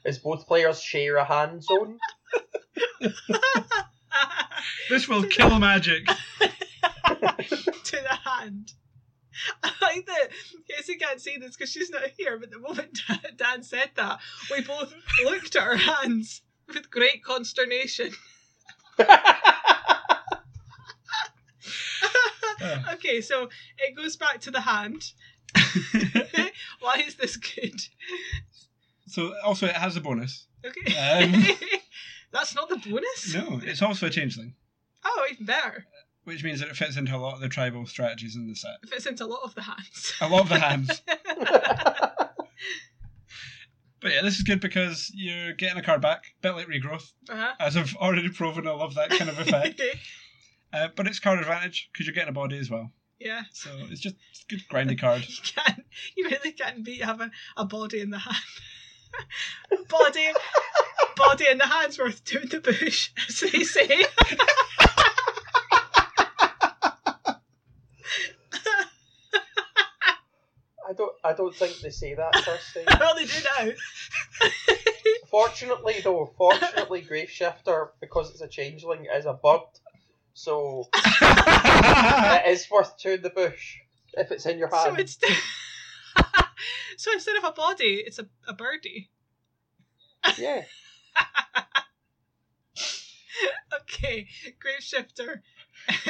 Speaker 2: Is both players share a hand zone?
Speaker 3: This will kill magic.
Speaker 1: to the hand. I like that Casey can't see this because she's not here, but the moment Dan- Dan said that, we both looked at our hands with great consternation.
Speaker 3: Ah.
Speaker 1: okay, so it goes back to the hand. Why is this good?
Speaker 3: so also it has a bonus.
Speaker 1: Okay.
Speaker 3: Um.
Speaker 1: That's not the bonus?
Speaker 3: No, it's also a changeling,
Speaker 1: Oh, even better.
Speaker 3: which means that it fits into a lot of the tribal strategies in the set.
Speaker 1: It fits into a lot of the hands. Uh-huh.
Speaker 3: A lot of the hands. But yeah, this is good because you're getting a card back, bit like regrowth,
Speaker 1: Uh-huh.
Speaker 3: as I've already proven. I love that kind of effect. uh, but it's card advantage because you're getting a body as well.
Speaker 1: yeah.
Speaker 3: So it's just it's a good grindy card.
Speaker 1: You can you really can't beat having a body in the hand. body body in the hand's worth two in the bush, as they say.
Speaker 2: I don't. I don't think they say that Thursday.
Speaker 1: well they do now.
Speaker 2: Fortunately, though, fortunately, Shifter, because it's a changeling, is a bird, so
Speaker 3: Um,
Speaker 2: it is worth two in the bush if it's in your
Speaker 1: So
Speaker 2: hand.
Speaker 1: it's So instead of a body, it's a, a birdie.
Speaker 2: Yeah,
Speaker 1: Okay, grave shifter.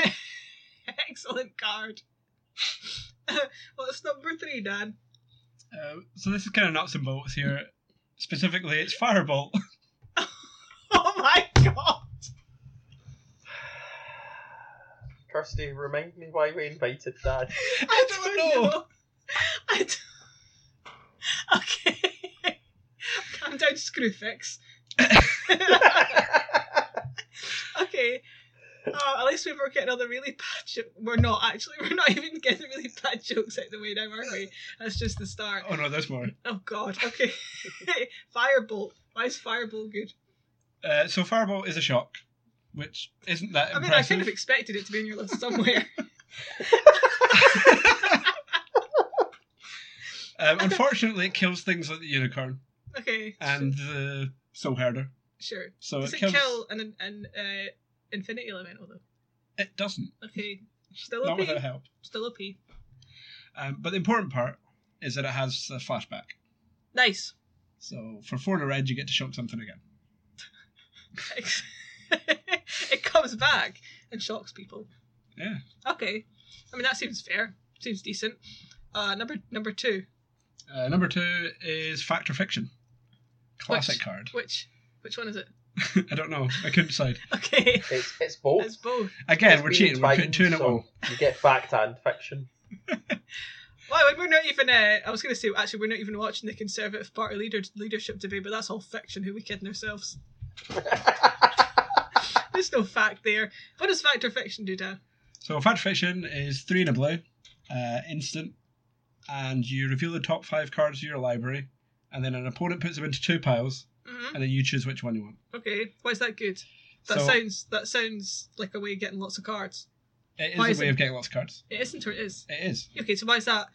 Speaker 1: Excellent card. well, it's number three, Dan.
Speaker 3: uh, so this is kind of nuts and bolts here. Specifically, it's firebolt.
Speaker 1: Oh my god!
Speaker 2: Kirsty, remind me why we invited Dad.
Speaker 1: I
Speaker 3: don't know.
Speaker 1: I don't... Okay. Calm down, Screwfix. okay. Uh, at least we were getting all the really bad jokes. We're not, actually. We're not even getting really bad jokes out the way now, are we? That's just the start.
Speaker 3: Oh no, there's more.
Speaker 1: Oh, God. Okay. Firebolt. Why is Firebolt good?
Speaker 3: Uh, so firebolt is a shock, which isn't that
Speaker 1: I mean, I
Speaker 3: impressive.
Speaker 1: kind of expected it to be in your list somewhere.
Speaker 3: um, unfortunately, it kills things like the unicorn
Speaker 1: okay.
Speaker 3: and the soul herder.
Speaker 1: sure.
Speaker 3: So
Speaker 1: Does
Speaker 3: it
Speaker 1: it
Speaker 3: kills.
Speaker 1: kill an, an uh, infinity elemental, though?
Speaker 3: It doesn't.
Speaker 1: Okay. Still
Speaker 3: Not
Speaker 1: OP.
Speaker 3: without help.
Speaker 1: Still OP.
Speaker 3: Um, but the important part is that it has a flashback.
Speaker 1: Nice.
Speaker 3: So for four in a red, you get to shock something again.
Speaker 1: it comes back and shocks people.
Speaker 3: Yeah.
Speaker 1: Okay. I mean that seems fair. Seems decent. Uh number number two.
Speaker 3: Uh, number two is fact or fiction. Classic
Speaker 1: Which-
Speaker 3: card.
Speaker 1: Which which one is it?
Speaker 3: I don't know. I couldn't decide.
Speaker 1: Okay.
Speaker 2: It's it's
Speaker 3: Oh.
Speaker 2: both.
Speaker 1: It's both.
Speaker 3: Again,
Speaker 2: It's
Speaker 3: we're
Speaker 2: being
Speaker 3: cheating. We're putting
Speaker 2: timed,
Speaker 3: two in a
Speaker 2: so
Speaker 3: row.
Speaker 2: You get fact and fiction.
Speaker 1: Well, we're not even. Uh, I was going to say actually we're not even watching the Conservative Party leader leadership debate, but that's all fiction. Who we kidding ourselves? There's no fact there. What does fact or fiction do, Dan?
Speaker 3: So fact or fiction is three in a blue, uh, instant, and you reveal the top five cards of your library, and then an opponent puts them into two piles,
Speaker 1: hmm
Speaker 3: and then you choose which one you want.
Speaker 1: Okay. Why is that good? That
Speaker 3: so
Speaker 1: sounds that sounds like a way of getting lots of cards.
Speaker 3: it
Speaker 1: why
Speaker 3: is
Speaker 1: is
Speaker 3: a way
Speaker 1: it-
Speaker 3: of getting lots of cards.
Speaker 1: It isn't or it is.
Speaker 3: It is,
Speaker 1: Okay, so why is that?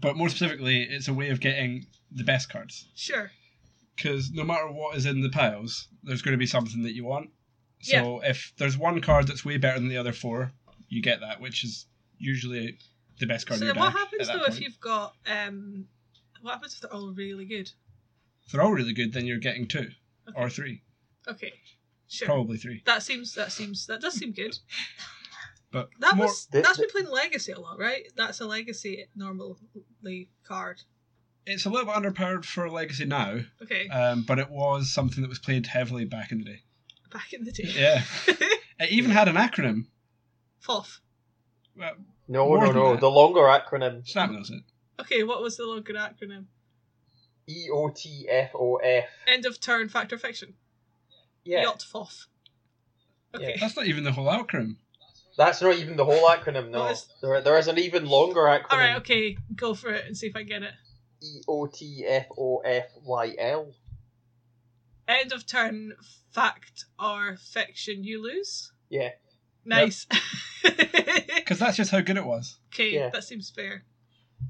Speaker 3: but more specifically, it's a way of getting the best cards.
Speaker 1: Sure.
Speaker 3: because no matter what is in the piles, there's going to be something that you want. So if there's one card that's way better than the other four, you get that, which is usually the best card.
Speaker 1: So
Speaker 3: in your
Speaker 1: then what
Speaker 3: deck
Speaker 1: happens
Speaker 3: at that
Speaker 1: though if
Speaker 3: point.
Speaker 1: you've got um what happens if they're all really good?
Speaker 3: If they're all really good, then you're getting two or three,
Speaker 1: Okay. Sure.
Speaker 3: probably three.
Speaker 1: That seems that seems that does seem good.
Speaker 3: But
Speaker 1: That
Speaker 3: more,
Speaker 1: was
Speaker 2: Th-
Speaker 1: that's been
Speaker 2: th-
Speaker 1: playing Legacy a lot, right? That's a legacy normally card.
Speaker 3: it's a little bit underpowered for Legacy now,
Speaker 1: Okay.
Speaker 3: um, but it was something that was played heavily back in the day.
Speaker 1: Back in the day.
Speaker 3: Yeah, it even had an acronym.
Speaker 1: Foff.
Speaker 3: Well,
Speaker 2: No,
Speaker 3: More
Speaker 2: no,
Speaker 3: than
Speaker 2: no.
Speaker 3: that.
Speaker 2: The longer acronym
Speaker 3: Snap knows it.
Speaker 1: Okay, what was the longer acronym?
Speaker 2: E O T F O F.
Speaker 1: End of turn factor fiction.
Speaker 2: Yeah,
Speaker 1: Yacht Foff.
Speaker 2: Yeah.
Speaker 1: Okay.
Speaker 3: That's not even the whole acronym.
Speaker 2: that's not even the whole
Speaker 1: What
Speaker 2: acronym. No,
Speaker 1: is-
Speaker 2: there, there is an even longer
Speaker 1: Alright,
Speaker 2: acronym.
Speaker 1: okay, go for it and see if I get it.
Speaker 2: E O T F O F Y L.
Speaker 1: End of turn fact or fiction you lose?
Speaker 2: Yeah.
Speaker 1: Nice.
Speaker 3: Because that's just how good it was.
Speaker 1: Okay,
Speaker 2: Yeah.
Speaker 1: that seems fair.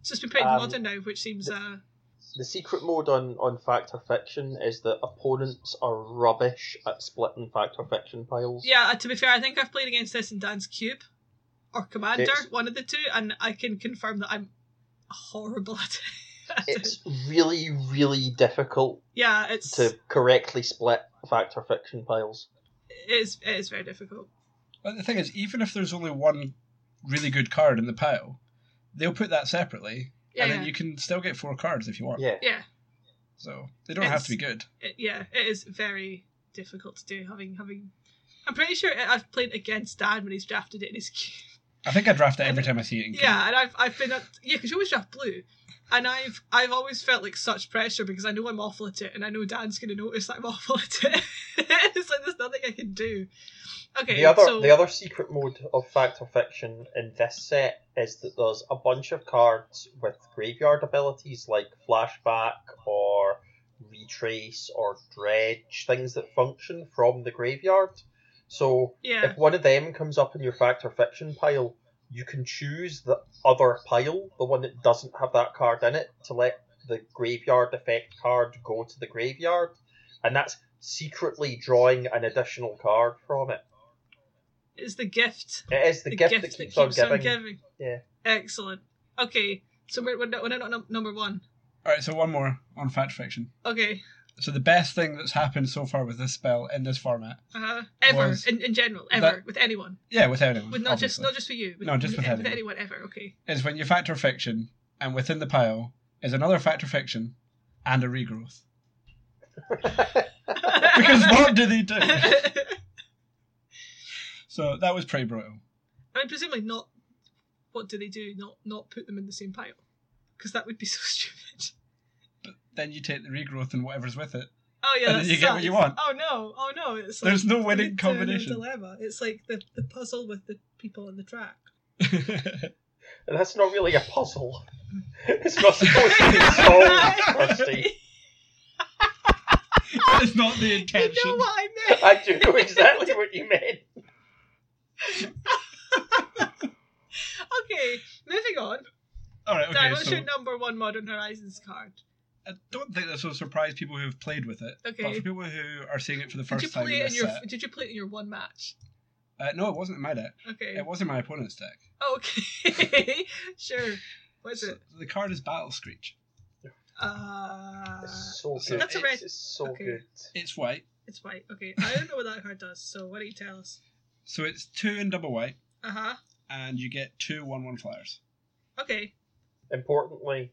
Speaker 1: So it's been played
Speaker 2: Um,
Speaker 1: modern now, which seems uh
Speaker 2: The secret mode on, on Fact or Fiction is that opponents are rubbish at splitting Fact or Fiction piles.
Speaker 1: yeah. uh, To be fair, I think I've played against this in Dan's Cube or commander,
Speaker 2: It's-
Speaker 1: one of the two, and I can confirm that I'm horrible at it.
Speaker 2: It's really, really difficult
Speaker 1: yeah, it's
Speaker 2: to correctly split fact or fiction piles.
Speaker 1: it is it is very difficult.
Speaker 3: But the thing is, even if there's only one really good card in the pile, they'll put that separately,
Speaker 1: Yeah,
Speaker 3: and
Speaker 1: yeah.
Speaker 3: then you can still get four cards if you want.
Speaker 2: Yeah.
Speaker 1: yeah,
Speaker 3: So they don't have to be good.
Speaker 1: it, yeah, it is very difficult to do. Having having, I'm pretty sure I've played against Dan when he's drafted it in his queue.
Speaker 3: I think I'd draft it every time I see it. In
Speaker 1: Yeah, and I've I've been at, yeah because you always draft blue, and I've I've always felt like such pressure because I know I'm awful at it, and I know Dan's gonna notice that I'm awful at it. it's like there's nothing I can do. Okay,
Speaker 2: The other
Speaker 1: so
Speaker 2: the other secret mode of fact or fiction in this set is that there's a bunch of cards with graveyard abilities like flashback or retrace or dredge, things that function from the graveyard. So
Speaker 1: yeah,
Speaker 2: if one of them comes up in your fact or fiction pile, you can choose the other pile, the one that doesn't have that card in it, to let the graveyard effect card go to the graveyard, and that's secretly drawing an additional card from it.
Speaker 1: is the gift
Speaker 2: It is the, gift, that keeps, on, giving. Yeah.
Speaker 1: Excellent. Okay, so we're we're not, we're not num- number one.
Speaker 3: All right, so one more on fact fiction.
Speaker 1: Okay,
Speaker 3: So the best thing that's happened so far with this spell in this format,
Speaker 1: uh, ever
Speaker 3: Was-
Speaker 1: in, in general,
Speaker 3: that-
Speaker 1: ever with anyone,
Speaker 3: yeah, with anyone,
Speaker 1: with not just
Speaker 3: obviously,
Speaker 1: not just for you, with,
Speaker 3: No, just with
Speaker 1: with
Speaker 3: anyone.
Speaker 1: anyone ever. Okay,
Speaker 3: is when you factor fiction, and within the pile is another factor fiction and a regrowth. Because what do they do?
Speaker 1: I
Speaker 3: So that was pretty brutal.
Speaker 1: mean, presumably not. What do they do? Not not put them in the same pile, because that would be so stupid.
Speaker 3: Then you take the regrowth and whatever's with it.
Speaker 1: Oh yeah,
Speaker 3: And
Speaker 1: that
Speaker 3: then you get what
Speaker 1: sucks.
Speaker 3: you want.
Speaker 1: Oh no! Oh no! It's like
Speaker 3: There's no
Speaker 1: we
Speaker 3: winning
Speaker 1: need to have a
Speaker 3: combination.
Speaker 1: dilemma. It's like the, the puzzle with the people on the track.
Speaker 2: And that's not really a puzzle. It's not supposed to be solved, Kirsty.
Speaker 3: it's not the
Speaker 1: you
Speaker 3: intention.
Speaker 1: know what I meant.
Speaker 2: I do know exactly what you meant.
Speaker 1: Okay, moving on.
Speaker 3: All right,
Speaker 1: Dan,
Speaker 3: okay.
Speaker 1: what's
Speaker 3: So
Speaker 1: your number one Modern Horizons card?
Speaker 3: I don't think this will surprise people who have played with it.
Speaker 1: Okay.
Speaker 3: But for people who are seeing it for the
Speaker 1: Did
Speaker 3: first
Speaker 1: you
Speaker 3: time
Speaker 1: play
Speaker 3: in
Speaker 1: it in
Speaker 3: this
Speaker 1: your
Speaker 3: set,
Speaker 1: Did you play it in your one match?
Speaker 3: uh, no, it wasn't in my deck.
Speaker 1: Okay. Oh,
Speaker 3: It was in my opponent's deck.
Speaker 1: Okay. sure. What's
Speaker 3: So
Speaker 1: it?
Speaker 3: the card is Battle Screech.
Speaker 1: Uh,
Speaker 2: It's so
Speaker 3: so
Speaker 2: good.
Speaker 1: that's a red.
Speaker 2: It's so
Speaker 1: Okay.
Speaker 2: good.
Speaker 3: It's white,
Speaker 1: it's white. Okay. I don't know what that card does. So what do you tell us?
Speaker 3: so it's two in double white,
Speaker 1: Uh huh.
Speaker 3: and you get two one-one flyers.
Speaker 1: Okay.
Speaker 2: Importantly,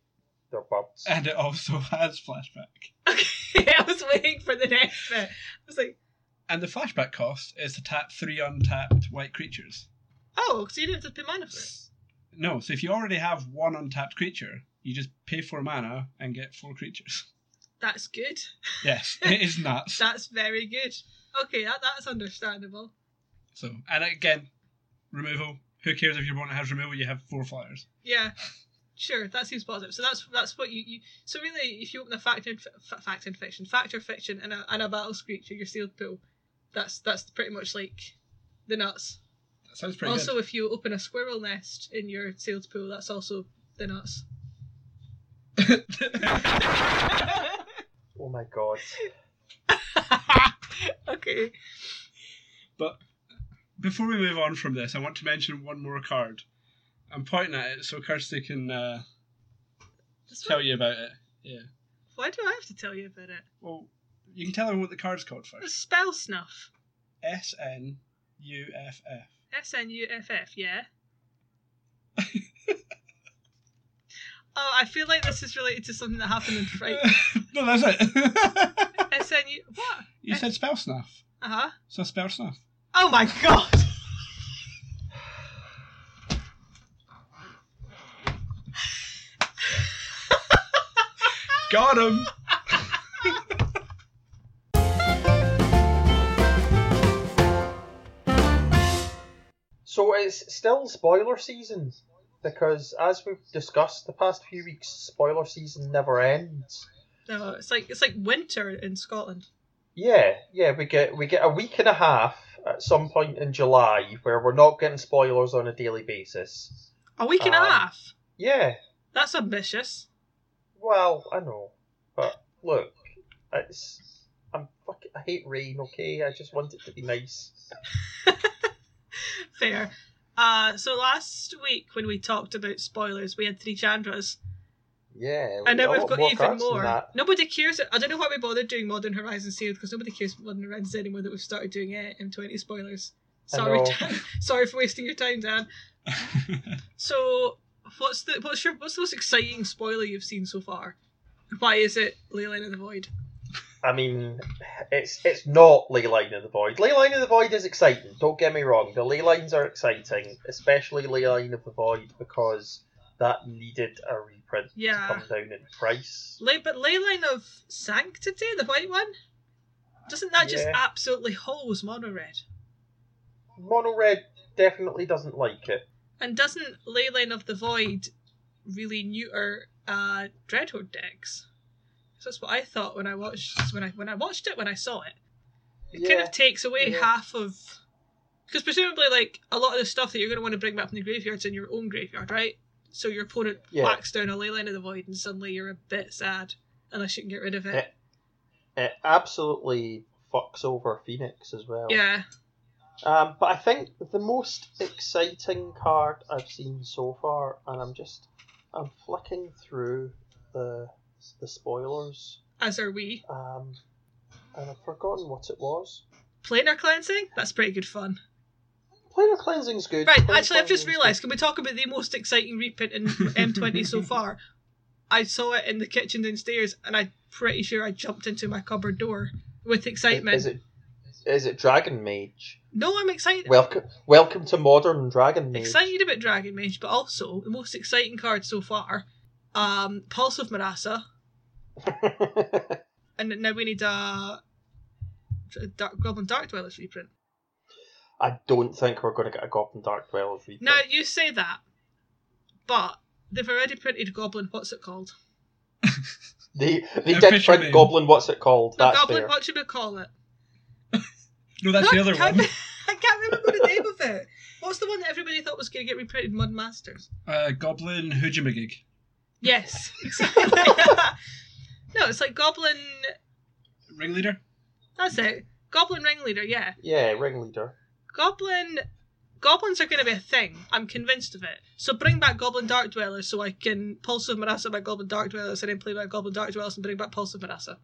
Speaker 2: they're birds.
Speaker 3: And it also has flashback.
Speaker 1: I was waiting for the next bit. I was like,
Speaker 3: And the flashback cost is to tap three untapped white creatures.
Speaker 1: oh, so you didn't have to pay mana for it.
Speaker 3: No, so if you already have one untapped creature, you just pay four mana and get four creatures.
Speaker 1: That's good.
Speaker 3: Yes, it is nuts.
Speaker 1: That's very good. Okay, that, that's understandable.
Speaker 3: So, and again, removal. Who cares if your opponent has removal? You have four flyers.
Speaker 1: Yeah, sure. That seems positive. So that's that's what you, you so really, if you open a fact and f- fact and fiction, fact or fiction, and a and a battle screech in your sealed pool, that's that's pretty much like the nuts.
Speaker 3: That sounds pretty
Speaker 1: also,
Speaker 3: good.
Speaker 1: if you open a squirrel nest in your sealed pool, that's also the nuts.
Speaker 2: Oh my god.
Speaker 1: okay.
Speaker 3: Before we move on from this, I want to mention one more card. I'm pointing at it so Kirsty can uh,
Speaker 1: That's
Speaker 3: tell
Speaker 1: what-
Speaker 3: you about it. Yeah.
Speaker 1: Why do I have to tell you about it?
Speaker 3: Well, you can tell them what the card's called
Speaker 1: It's
Speaker 3: first.
Speaker 1: spell snuff.
Speaker 3: S N U F F.
Speaker 1: S N U F F, yeah. oh, I feel like this is related to something that happened in Fright.
Speaker 3: no, that's it.
Speaker 1: S N U what?
Speaker 3: you said spell snuff,
Speaker 1: Uh huh.
Speaker 3: so spell snuff.
Speaker 1: Oh my god!
Speaker 3: Got him.
Speaker 2: So it's still spoiler season because, as we've discussed the past few weeks, spoiler season never ends.
Speaker 1: No, it's like it's like winter in Scotland.
Speaker 2: Yeah, yeah, we get we get a week and a half at some point in July where we're not getting spoilers on a daily basis.
Speaker 1: A week and a
Speaker 2: Um,
Speaker 1: half.
Speaker 2: Yeah,
Speaker 1: That's ambitious.
Speaker 2: well, I know, but look, it's I'm fuck I hate rain. Okay, I just want it to be nice.
Speaker 1: Fair. Uh, so last week when we talked about spoilers, we had three Chandras,
Speaker 2: Yeah.
Speaker 1: and now
Speaker 2: a
Speaker 1: we've
Speaker 2: lot
Speaker 1: got
Speaker 2: cards
Speaker 1: even
Speaker 2: than
Speaker 1: more.
Speaker 2: that.
Speaker 1: Nobody cares. I don't know why we bothered doing Modern Horizon Sealed because nobody cares about Modern Horizons anymore that we've started doing it in twenty spoilers.
Speaker 2: I
Speaker 1: Sorry,
Speaker 2: know.
Speaker 1: Dan. sorry for wasting your time, Dan. So, what's the what's your what's the most exciting spoiler you've seen so far? Why is it Leyline of the Void?
Speaker 2: I mean, it's it's not Leyline of the Void. Leyline of the Void is exciting. Don't get me wrong. The ley lines are exciting, especially Leyline of the Void because that needed a reprint to
Speaker 1: Yeah.
Speaker 2: come down in price.
Speaker 1: Ley, but Leyline of Sanctity, the white one, doesn't that just
Speaker 2: Yeah.
Speaker 1: absolutely hose Mono Red?
Speaker 2: Mono Red definitely doesn't like it.
Speaker 1: And doesn't Leyline of the Void really neuter uh, Dreadhorde decks? 'Cause That's what I thought when I watched when I when I watched it when I saw it. It kind
Speaker 2: Yeah.
Speaker 1: of takes away
Speaker 2: yeah.
Speaker 1: half of because presumably like a lot of the stuff that you're going to want to bring back from the graveyard's in your own graveyard, right? So your opponent
Speaker 2: Yeah.
Speaker 1: whacks down a Leyline of the Void, and suddenly you're a bit sad unless you can get rid of it.
Speaker 2: Yeah. It absolutely fucks over Phoenix as well.
Speaker 1: Yeah,
Speaker 2: Um, but I think the most exciting card I've seen so far, and I'm just I'm flicking through the the spoilers.
Speaker 1: as are we.
Speaker 2: Um, and I've forgotten what it was.
Speaker 1: Planar cleansing? That's pretty good fun.
Speaker 2: Planar cleansing's good.
Speaker 1: Right,
Speaker 2: planar
Speaker 1: actually, I've just
Speaker 2: cleansing's
Speaker 1: realised. Can we talk about the most exciting reprint in M20 so far? I saw it in the kitchen downstairs, and I'm pretty sure I jumped into my cupboard door with
Speaker 2: good.
Speaker 1: excitement.
Speaker 2: Is, is it is it Dragon Mage?
Speaker 1: No, I'm excited.
Speaker 2: Welcome welcome to modern Dragon Mage.
Speaker 1: excited about Dragon Mage, but also the most exciting card so far, um, Pulse of Marasa, and now we need a, a Dark Goblin Dark Dwellers reprint.
Speaker 2: I don't think we're going to get a Goblin Dark Dwellers reprint.
Speaker 1: Now you say that, but they've already printed Goblin. What's it called?
Speaker 2: they they
Speaker 3: The
Speaker 2: did
Speaker 3: official
Speaker 2: print
Speaker 3: name.
Speaker 2: Goblin. What's it called?
Speaker 1: No,
Speaker 2: That's
Speaker 1: Goblin.
Speaker 2: fair.
Speaker 1: What should we call it?
Speaker 3: no, that's the
Speaker 1: No,
Speaker 3: other
Speaker 1: I can't
Speaker 3: one.
Speaker 1: re- I can't remember the name of it. What's the one that everybody thought was going to get reprinted? Mud Masters.
Speaker 3: Uh, Goblin Hoojimagig.
Speaker 1: Yes, exactly. no, it's like Goblin.
Speaker 3: Ringleader?
Speaker 1: That's it. Goblin Ringleader. Yeah,
Speaker 2: Yeah, Ringleader.
Speaker 1: Goblin. Goblins are going to be a thing. I'm convinced of it. So bring back Goblin Dark Dwellers so I can Pulse of Marasa by Goblin Dark Dwellers and then play my Goblin Dark Dwellers and bring back Pulse of Marasa.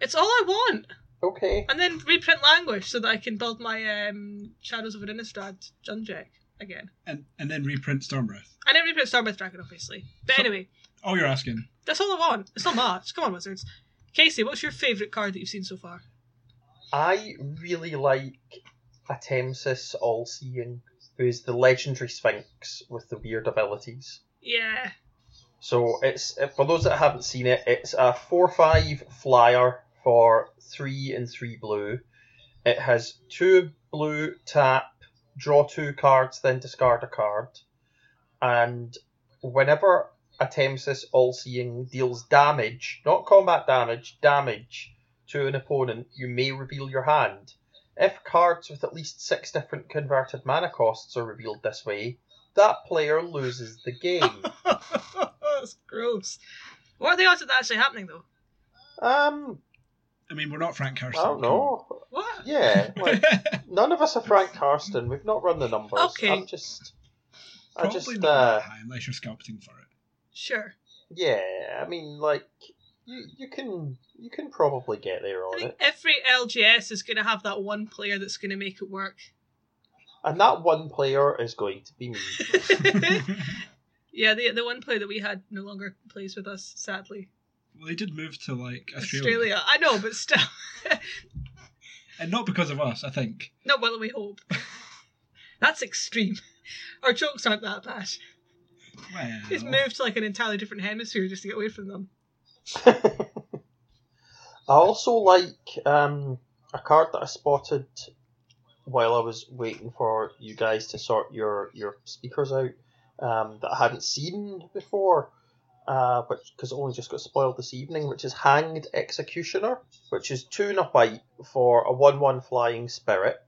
Speaker 1: it's all I want.
Speaker 2: Okay.
Speaker 1: And then reprint Languish so that I can build my um, Shadows of an Innistrad Junjek again.
Speaker 3: And, and then reprint Stormbreath.
Speaker 1: And then reprint Starbirth Dragon, obviously. But
Speaker 3: So-
Speaker 1: anyway,
Speaker 3: Oh, you're asking.
Speaker 1: that's all I want. It's not much. Come on, Wizards. Casey, what's your favourite card that you've seen so far?
Speaker 2: I really like Atemsis All Seeing, who is the legendary Sphinx with the weird abilities.
Speaker 1: Yeah.
Speaker 2: So it's uh, for those that haven't seen it, it's a four-five flyer for three and three blue. It has two blue tap, draw two cards, then discard a card, and whenever Atemsis All Seeing deals damage, not combat damage, damage to an opponent, you may reveal your hand. If cards with at least six different converted mana costs are revealed this way, that player loses the game.
Speaker 1: that's gross. What are the odds of that actually happening, though?
Speaker 2: Um,
Speaker 3: I mean, we're not Frank
Speaker 2: I
Speaker 3: Carson.
Speaker 2: don't know.
Speaker 1: What?
Speaker 2: Yeah,
Speaker 3: come on.
Speaker 2: like, none of us are Frank Karsten. We've not run the numbers.
Speaker 1: Okay.
Speaker 2: I'm just, I
Speaker 3: Probably
Speaker 2: just,
Speaker 3: not
Speaker 2: uh,
Speaker 3: that high unless you're sculpting for it.
Speaker 1: Sure.
Speaker 2: yeah. I mean, like, you you can you can probably get there
Speaker 1: I
Speaker 2: on
Speaker 1: think
Speaker 2: it.
Speaker 1: every LGS is going to have that one player that's going to make it work.
Speaker 2: And that one player is going to be me.
Speaker 1: yeah, the the one player that we had no longer plays with us, sadly.
Speaker 3: well, they did move to like Australia.
Speaker 1: Australia. I know, but still.
Speaker 3: and not because of us. I think
Speaker 1: Not well, we hope. That's extreme. Our jokes aren't that bad.
Speaker 3: well,
Speaker 1: He's moved to like an entirely different hemisphere just to get away from them.
Speaker 2: I also like um, a card that I spotted while I was waiting for you guys to sort your, your speakers out um, that I hadn't seen before, uh, because it only just got spoiled this evening, which is Hanged Executioner, which is two and a white for a 1 1 flying spirit.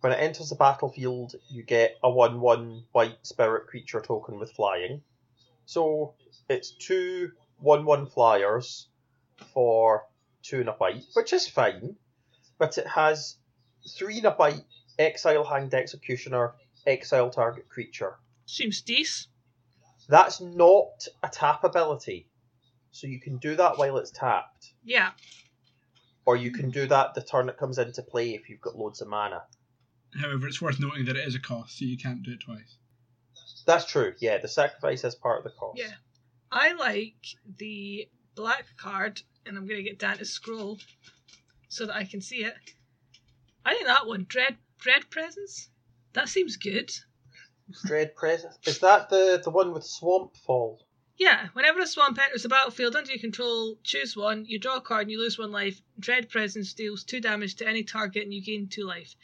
Speaker 2: When it enters the battlefield, you get a 1 1 white spirit creature token with flying. So it's two one one flyers for two and a white, which is fine, but it has three and a white exile hanged executioner, exile target creature.
Speaker 1: Seems decent.
Speaker 2: That's not a tap ability. So you can do that while it's tapped,
Speaker 1: Yeah.
Speaker 2: or you can do that the turn it comes into play if you've got loads of mana.
Speaker 3: However, it's worth noting that it is a cost, so you can't do it twice.
Speaker 2: That's true. Yeah, the sacrifice is part of the cost.
Speaker 1: Yeah. I like the black card, and I'm going to get down to scroll so that I can see it. I think that one, Dread Dread Presence, that seems good.
Speaker 2: Dread presence. Is that the the one with swamp fall?
Speaker 1: Yeah, whenever a swamp enters the battlefield under your control, choose one, you draw a card and you lose one life. Dread Presence deals two damage to any target and you gain two life.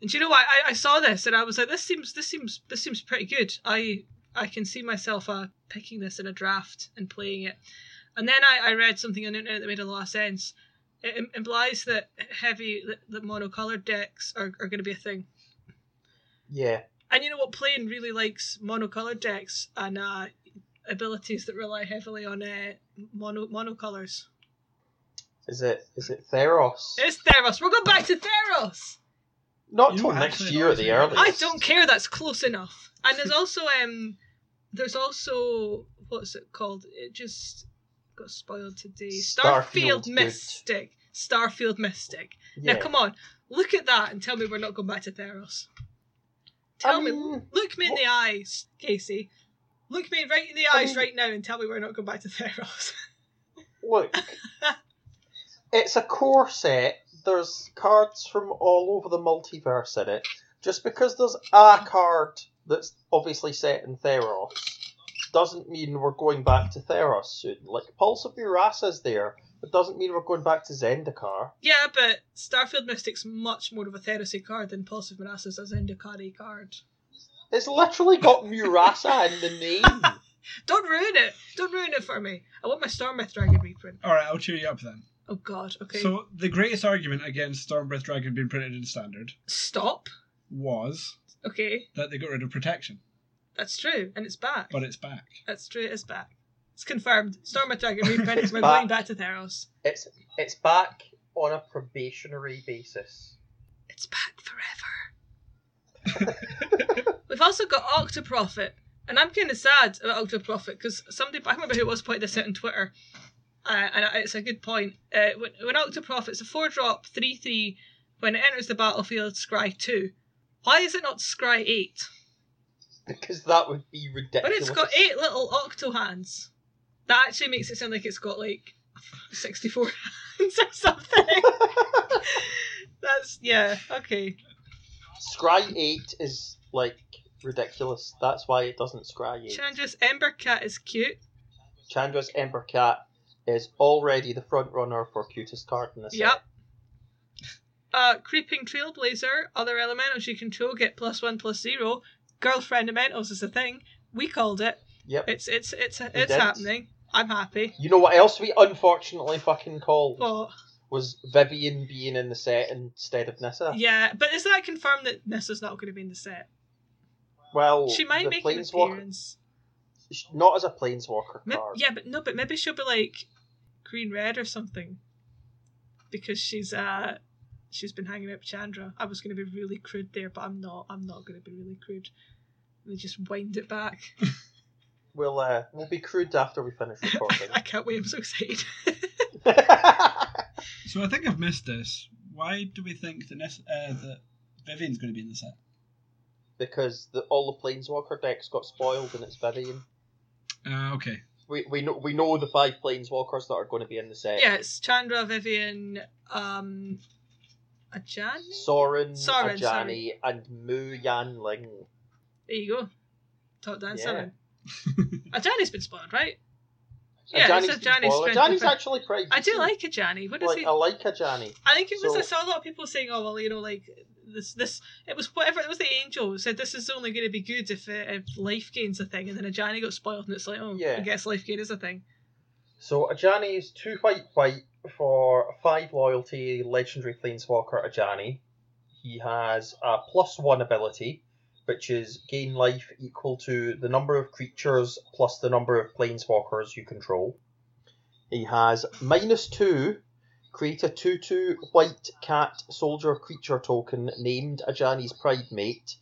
Speaker 1: And do you know what? I, I saw this and I was like, this seems this seems this seems pretty good. I I can see myself uh, picking this in a draft and playing it. And then I, I read something on the internet that made a lot of sense. It im- implies that heavy that, that monocolored decks are, are going to be a thing.
Speaker 2: Yeah.
Speaker 1: And you know what? Plane really likes monocolored decks and uh, abilities that rely heavily on uh, mono monocolors.
Speaker 2: Is it is it Theros?
Speaker 1: It's Theros. We're going back to Theros.
Speaker 2: Not
Speaker 3: You
Speaker 2: till
Speaker 3: know,
Speaker 2: next
Speaker 3: actually,
Speaker 2: year at the
Speaker 3: honestly,
Speaker 2: earliest.
Speaker 1: I don't care. That's close enough. And there's also um, there's also what's it called? It just got spoiled today.
Speaker 2: Starfield
Speaker 1: Starfield,
Speaker 2: good.
Speaker 1: Mystic. Starfield Mystic.
Speaker 2: Yeah.
Speaker 1: Now come on, look at that and tell me we're not going back to Theros.
Speaker 2: Um,
Speaker 1: Tell me,
Speaker 2: mean,
Speaker 1: Look me in the eyes, Casey. Look me right in the
Speaker 2: I
Speaker 1: eyes
Speaker 2: mean-
Speaker 1: right now and tell me we're not going back to Theros.
Speaker 2: Look, it's a core set. There's cards from all over the multiverse in it. Just because there's a card that's obviously set in Theros doesn't mean we're going back to Theros soon. Like Pulse of Urasa's there, but doesn't mean we're going back to Zendikar.
Speaker 1: yeah, but Starfield Mystic's much more of a Therosy card than Pulse of Manassas as Endicari card.
Speaker 2: It's literally got Murasa in the name.
Speaker 1: Don't ruin it! Don't ruin it for me. I want my Stormbreath Dragon reprint.
Speaker 3: All right, I'll cheer you up then.
Speaker 1: Oh god, okay.
Speaker 3: So the greatest argument against Stormbreath Dragon being printed in standard
Speaker 1: Stop.
Speaker 3: was
Speaker 1: Okay,
Speaker 3: that they got rid of protection,
Speaker 1: that's true, and it's back.
Speaker 3: but it's back.
Speaker 1: That's true, it's back. It's confirmed. Stormbreath Dragon reprint is
Speaker 2: It's
Speaker 1: we're
Speaker 2: back.
Speaker 1: going back to Theros.
Speaker 2: It's it's back on a probationary basis.
Speaker 1: It's back forever. We've also got Octoprofit, and I'm kind of sad about Octoprofit because somebody, I remember who it was, pointed this out on Twitter, uh, and it's a good point. Uh, when, when Octoprofit's a 4 drop, 3 3, when it enters the battlefield, Scry 2. Why is it not Scry 8?
Speaker 2: Because that would be
Speaker 1: But
Speaker 2: ridiculous.
Speaker 1: it's got 8 little octo hands. That actually makes it sound like it's got like 64 hands or something. That's, yeah, okay.
Speaker 2: Scry eight is like ridiculous. That's why it doesn't scry eight.
Speaker 1: Chandra's Ember Cat is cute.
Speaker 2: Chandra's Ember Cat is already the front runner for cutest card in this
Speaker 1: Yep. Uh, Creeping Trailblazer, other elementals you control get plus one plus zero. Girlfriend elementals is a thing. We called it.
Speaker 2: set. Yep.
Speaker 1: It's it's it's it's
Speaker 2: did.
Speaker 1: happening. I'm happy.
Speaker 2: You know what else we unfortunately fucking called
Speaker 1: Well,
Speaker 2: was Vivian being in the set instead of Nissa.
Speaker 1: yeah, but is that confirmed that Nissa's not going to be in the set?
Speaker 2: Well,
Speaker 1: she might
Speaker 2: Oh, the
Speaker 1: make an
Speaker 2: planeswalker,
Speaker 1: appearance.
Speaker 2: not as a planeswalker
Speaker 1: Ma-
Speaker 2: card.
Speaker 1: yeah, but no, but maybe she'll be like green red or something because she's uh she's been hanging out with Chandra. I was going to be really crude there, but I'm not. I'm not going to be really crude. Let me just wind it back.
Speaker 2: We'll uh, we'll be crude after we finish recording.
Speaker 1: I can't wait. I'm so excited.
Speaker 3: So I think I've missed this. Why do we think that, Ness, uh, that Vivian's going to be in the set?
Speaker 2: because the, all the planeswalker decks got spoiled and it's Vivian.
Speaker 3: Uh, okay.
Speaker 2: We we know we know the five planeswalkers that are going to be in the set.
Speaker 1: yeah, it's Chandra, Vivian, um, Ajani.
Speaker 2: Soren,
Speaker 1: Sorin,
Speaker 2: Ajani, and Mu Yanling.
Speaker 1: There you go. Top down
Speaker 2: Yeah.
Speaker 1: seven. Ajani's been spawned, right?
Speaker 2: Yeah,
Speaker 1: Yeah,
Speaker 2: Ajani's,
Speaker 1: it's
Speaker 2: been
Speaker 1: Ajani's
Speaker 2: spoiled.
Speaker 1: strength
Speaker 2: Ajani's
Speaker 1: and-
Speaker 2: actually pretty.
Speaker 1: I do
Speaker 2: decent.
Speaker 1: like Ajani. What is
Speaker 2: Like,
Speaker 1: he?
Speaker 2: I like Ajani.
Speaker 1: I think it was. I
Speaker 2: oh, so-
Speaker 1: saw a lot of people saying, "Oh well, you know, like this, this." It was whatever. It was the angel who said this is only going to be good if, uh, if life gain's a thing, and then Ajani got spoiled, and it's like, oh,
Speaker 2: Yeah.
Speaker 1: I guess life gain is a thing.
Speaker 2: So Ajani is two white white for five loyalty, legendary planeswalker Ajani. He has a plus one ability, which is gain life equal to the number of creatures plus the number of planeswalkers you control. He has minus two Create a 2 2 white cat soldier creature token named Ajani's Pride Mate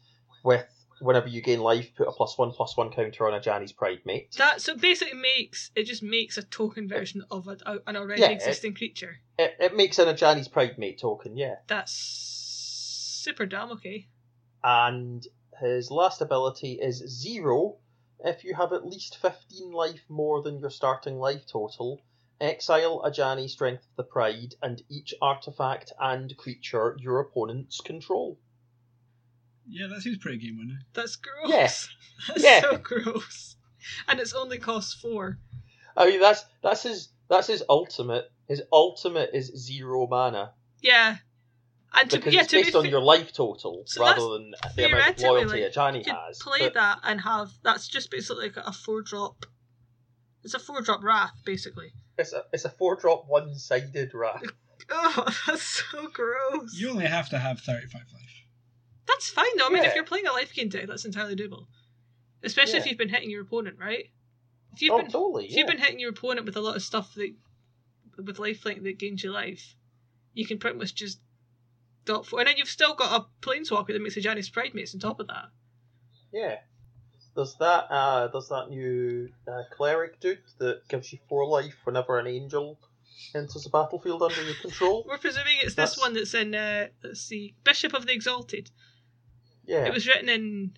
Speaker 2: with whenever you gain life, put a plus 1 plus 1 counter on Ajani's Pride Mate.
Speaker 1: That so it basically makes it just makes a token version of a, a- an already
Speaker 2: Yeah, it-
Speaker 1: existing creature.
Speaker 2: It, it makes an Ajani's Pride Mate token, yeah.
Speaker 1: That's super dumb. Okay,
Speaker 2: And his last ability is zero if you have at least 15 life more than your starting life total. Exile Ajani Strength of the Pride and each artifact and creature your opponents control.
Speaker 3: Yeah, that seems pretty game winning.
Speaker 1: that's gross.
Speaker 2: Yes.
Speaker 1: that's
Speaker 2: Yeah.
Speaker 1: so gross. And it's only costs four.
Speaker 2: I mean that's that's his that's his ultimate. His ultimate is zero mana
Speaker 1: Yeah, and to
Speaker 2: because
Speaker 1: yeah
Speaker 2: it's
Speaker 1: to be
Speaker 2: based on
Speaker 1: fa-
Speaker 2: your life total
Speaker 1: So
Speaker 2: rather than the amount of
Speaker 1: theoretically,
Speaker 2: loyalty
Speaker 1: like,
Speaker 2: Ajani
Speaker 1: you could
Speaker 2: has.
Speaker 1: play
Speaker 2: But
Speaker 1: that and have that's just basically like a four drop. It's a four drop wrath basically.
Speaker 2: it's a it's a four drop one sided wrath.
Speaker 1: Oh, that's so gross.
Speaker 3: You only have to have 35 life.
Speaker 1: That's fine though. I mean,
Speaker 2: Yeah.
Speaker 1: if you're playing a life gain deck, that's entirely doable. Especially if
Speaker 2: Yeah.
Speaker 1: you've been hitting your opponent, right? If you've
Speaker 2: oh,
Speaker 1: been
Speaker 2: totally.
Speaker 1: if
Speaker 2: Yeah.
Speaker 1: you've been hitting your opponent with a lot of stuff that with lifelink that gains you life, you can pretty much just dot four, and then you've still got a planeswalker that makes a Janice Pride mates on top of that.
Speaker 2: Yeah. There's that. Uh, there's that new uh, cleric dude that gives you four life whenever an angel enters the battlefield under your control.
Speaker 1: We're presuming it's this
Speaker 2: That's-
Speaker 1: one that's in uh, let's see, Bishop of the Exalted.
Speaker 2: Yeah.
Speaker 1: It was written in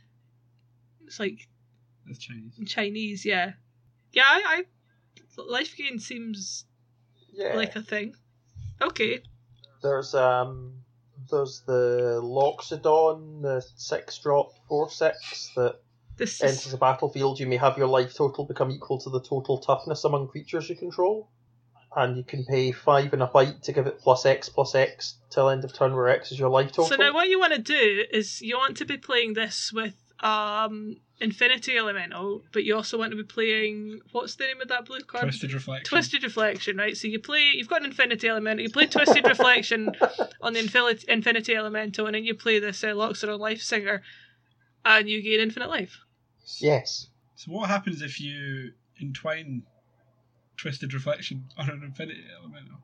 Speaker 1: it's like
Speaker 3: That's Chinese.
Speaker 1: in Chinese, yeah, yeah. I, I life gain seems
Speaker 2: yeah.
Speaker 1: like a thing. Okay,
Speaker 2: There's um. There's the Loxodon, the six drop four six that
Speaker 1: this is
Speaker 2: enters the battlefield. You may have your life total become equal to the total toughness among creatures you control, and you can pay five and a white to give it plus X plus X till end of turn, where X is your life total.
Speaker 1: So now what you want to do is you want to be playing this with um Infinity Elemental, but you also want to be playing what's the name of that blue card?
Speaker 3: Twisted Reflection.
Speaker 1: Twisted Reflection, right? So you play you've got an Infinity Elemental, you play Twisted Reflection on the Infinity, Infinity Elemental, and then you play this uh, Loxodon Life Singer and you gain infinite life.
Speaker 2: yes.
Speaker 3: So what happens if you entwine Twisted Reflection on an Infinity Elemental?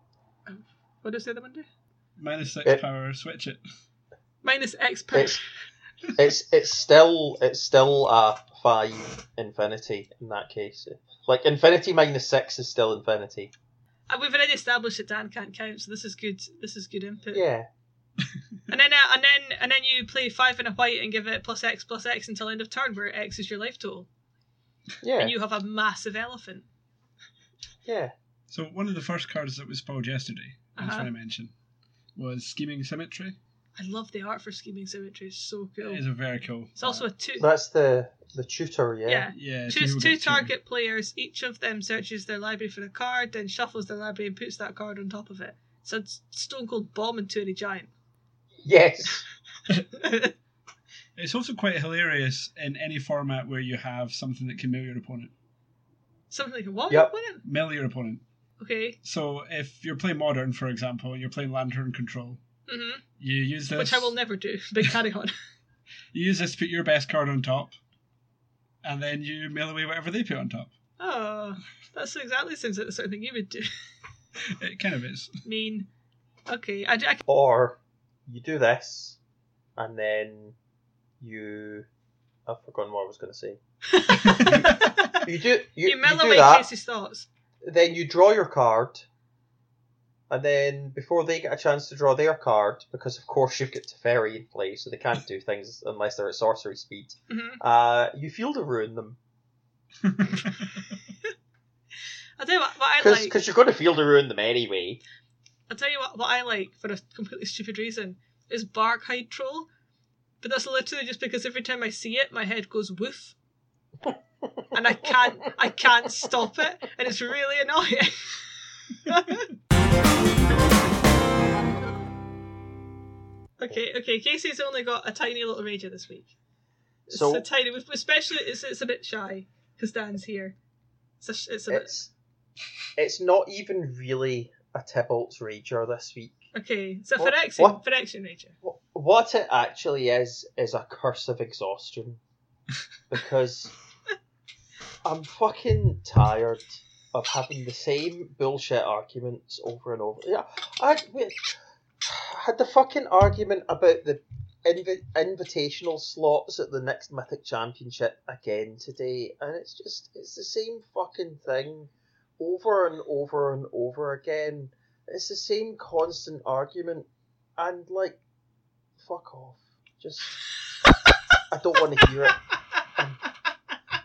Speaker 1: What does the other one do?
Speaker 3: Minus six
Speaker 2: It-
Speaker 3: power, switch it.
Speaker 1: Minus X power.
Speaker 2: It's it's it's still it's still a five infinity in that case. Like infinity minus six is still infinity.
Speaker 1: And Uh, we've already established that Dan can't count, so this is good this is good input.
Speaker 2: Yeah.
Speaker 1: And then, uh, and then, and then you play five and a white and give it plus X plus X until end of turn, where X is your life total,
Speaker 2: Yeah.
Speaker 1: and you have a massive elephant.
Speaker 2: yeah.
Speaker 3: So one of the first cards that was spoiled yesterday, I just
Speaker 1: Uh-huh.
Speaker 3: want to mention, was Scheming Symmetry.
Speaker 1: I love the art for scheming symmetry; it's so cool.
Speaker 3: It is a very cool. Uh,
Speaker 1: It's also a two.
Speaker 2: That's the the tutor, yeah.
Speaker 1: yeah.
Speaker 3: yeah. so you
Speaker 1: Choose
Speaker 3: will
Speaker 1: two
Speaker 3: get
Speaker 1: target players. Each of them searches their library for a card, then shuffles their library and puts that card on top of it. So it's Stone Cold Bomb into any giant.
Speaker 2: Yes.
Speaker 3: It's also quite hilarious in any format where you have something that can mill your opponent.
Speaker 1: Something like a what?
Speaker 2: Yep.
Speaker 1: What?
Speaker 3: Mill your opponent.
Speaker 1: Okay.
Speaker 3: So if you're playing Modern, for example, and you're playing Lantern Control,
Speaker 1: hmm
Speaker 3: you use this.
Speaker 1: Which I will never do. But carry on.
Speaker 3: You use this to put your best card on top, and then you mail away whatever they put on top.
Speaker 1: oh, that's exactly seems like the sort of thing you would do.
Speaker 3: It kind of is.
Speaker 1: mean, okay, I, I,
Speaker 2: Or you do this and then you I've forgotten what I was gonna say. You do you,
Speaker 1: you
Speaker 2: you
Speaker 1: mill
Speaker 2: do
Speaker 1: away
Speaker 2: that,
Speaker 1: Casey's thoughts.
Speaker 2: then you draw your card and then before they get a chance to draw their card, because of course you've got Teferi in play, so they can't do things unless they're at sorcery speed.
Speaker 1: Mhm.
Speaker 2: Uh, you feel to ruin them
Speaker 1: I'll tell you what, what I
Speaker 2: because
Speaker 1: like.
Speaker 2: you're going to feel to ruin them anyway.
Speaker 1: I'll tell you what, what I like for a completely stupid reason is Barkhide Troll, but that's literally just because every time I see it, my head goes woof, and I can't, I can't stop it, and it's really annoying. okay, okay, Casey's only got a tiny little rager this week. It's
Speaker 2: So
Speaker 1: a tiny, especially it's, it's a bit shy because Dan's here. It's a, sh- it's a bit
Speaker 2: it's it's not even really a Tybalt's Rager this week.
Speaker 1: okay. So for
Speaker 2: What-
Speaker 1: action,
Speaker 2: what?
Speaker 1: for action rager.
Speaker 2: Wh- What it actually is is a curse of exhaustion because I'm fucking tired. of having the same bullshit arguments over and over. Yeah, I we had the fucking argument about the invi- invitational slots at the next Mythic Championship again today, and it's just it's the same fucking thing over and over and over again. It's the same constant argument, and like, fuck off. Just I don't want to hear it.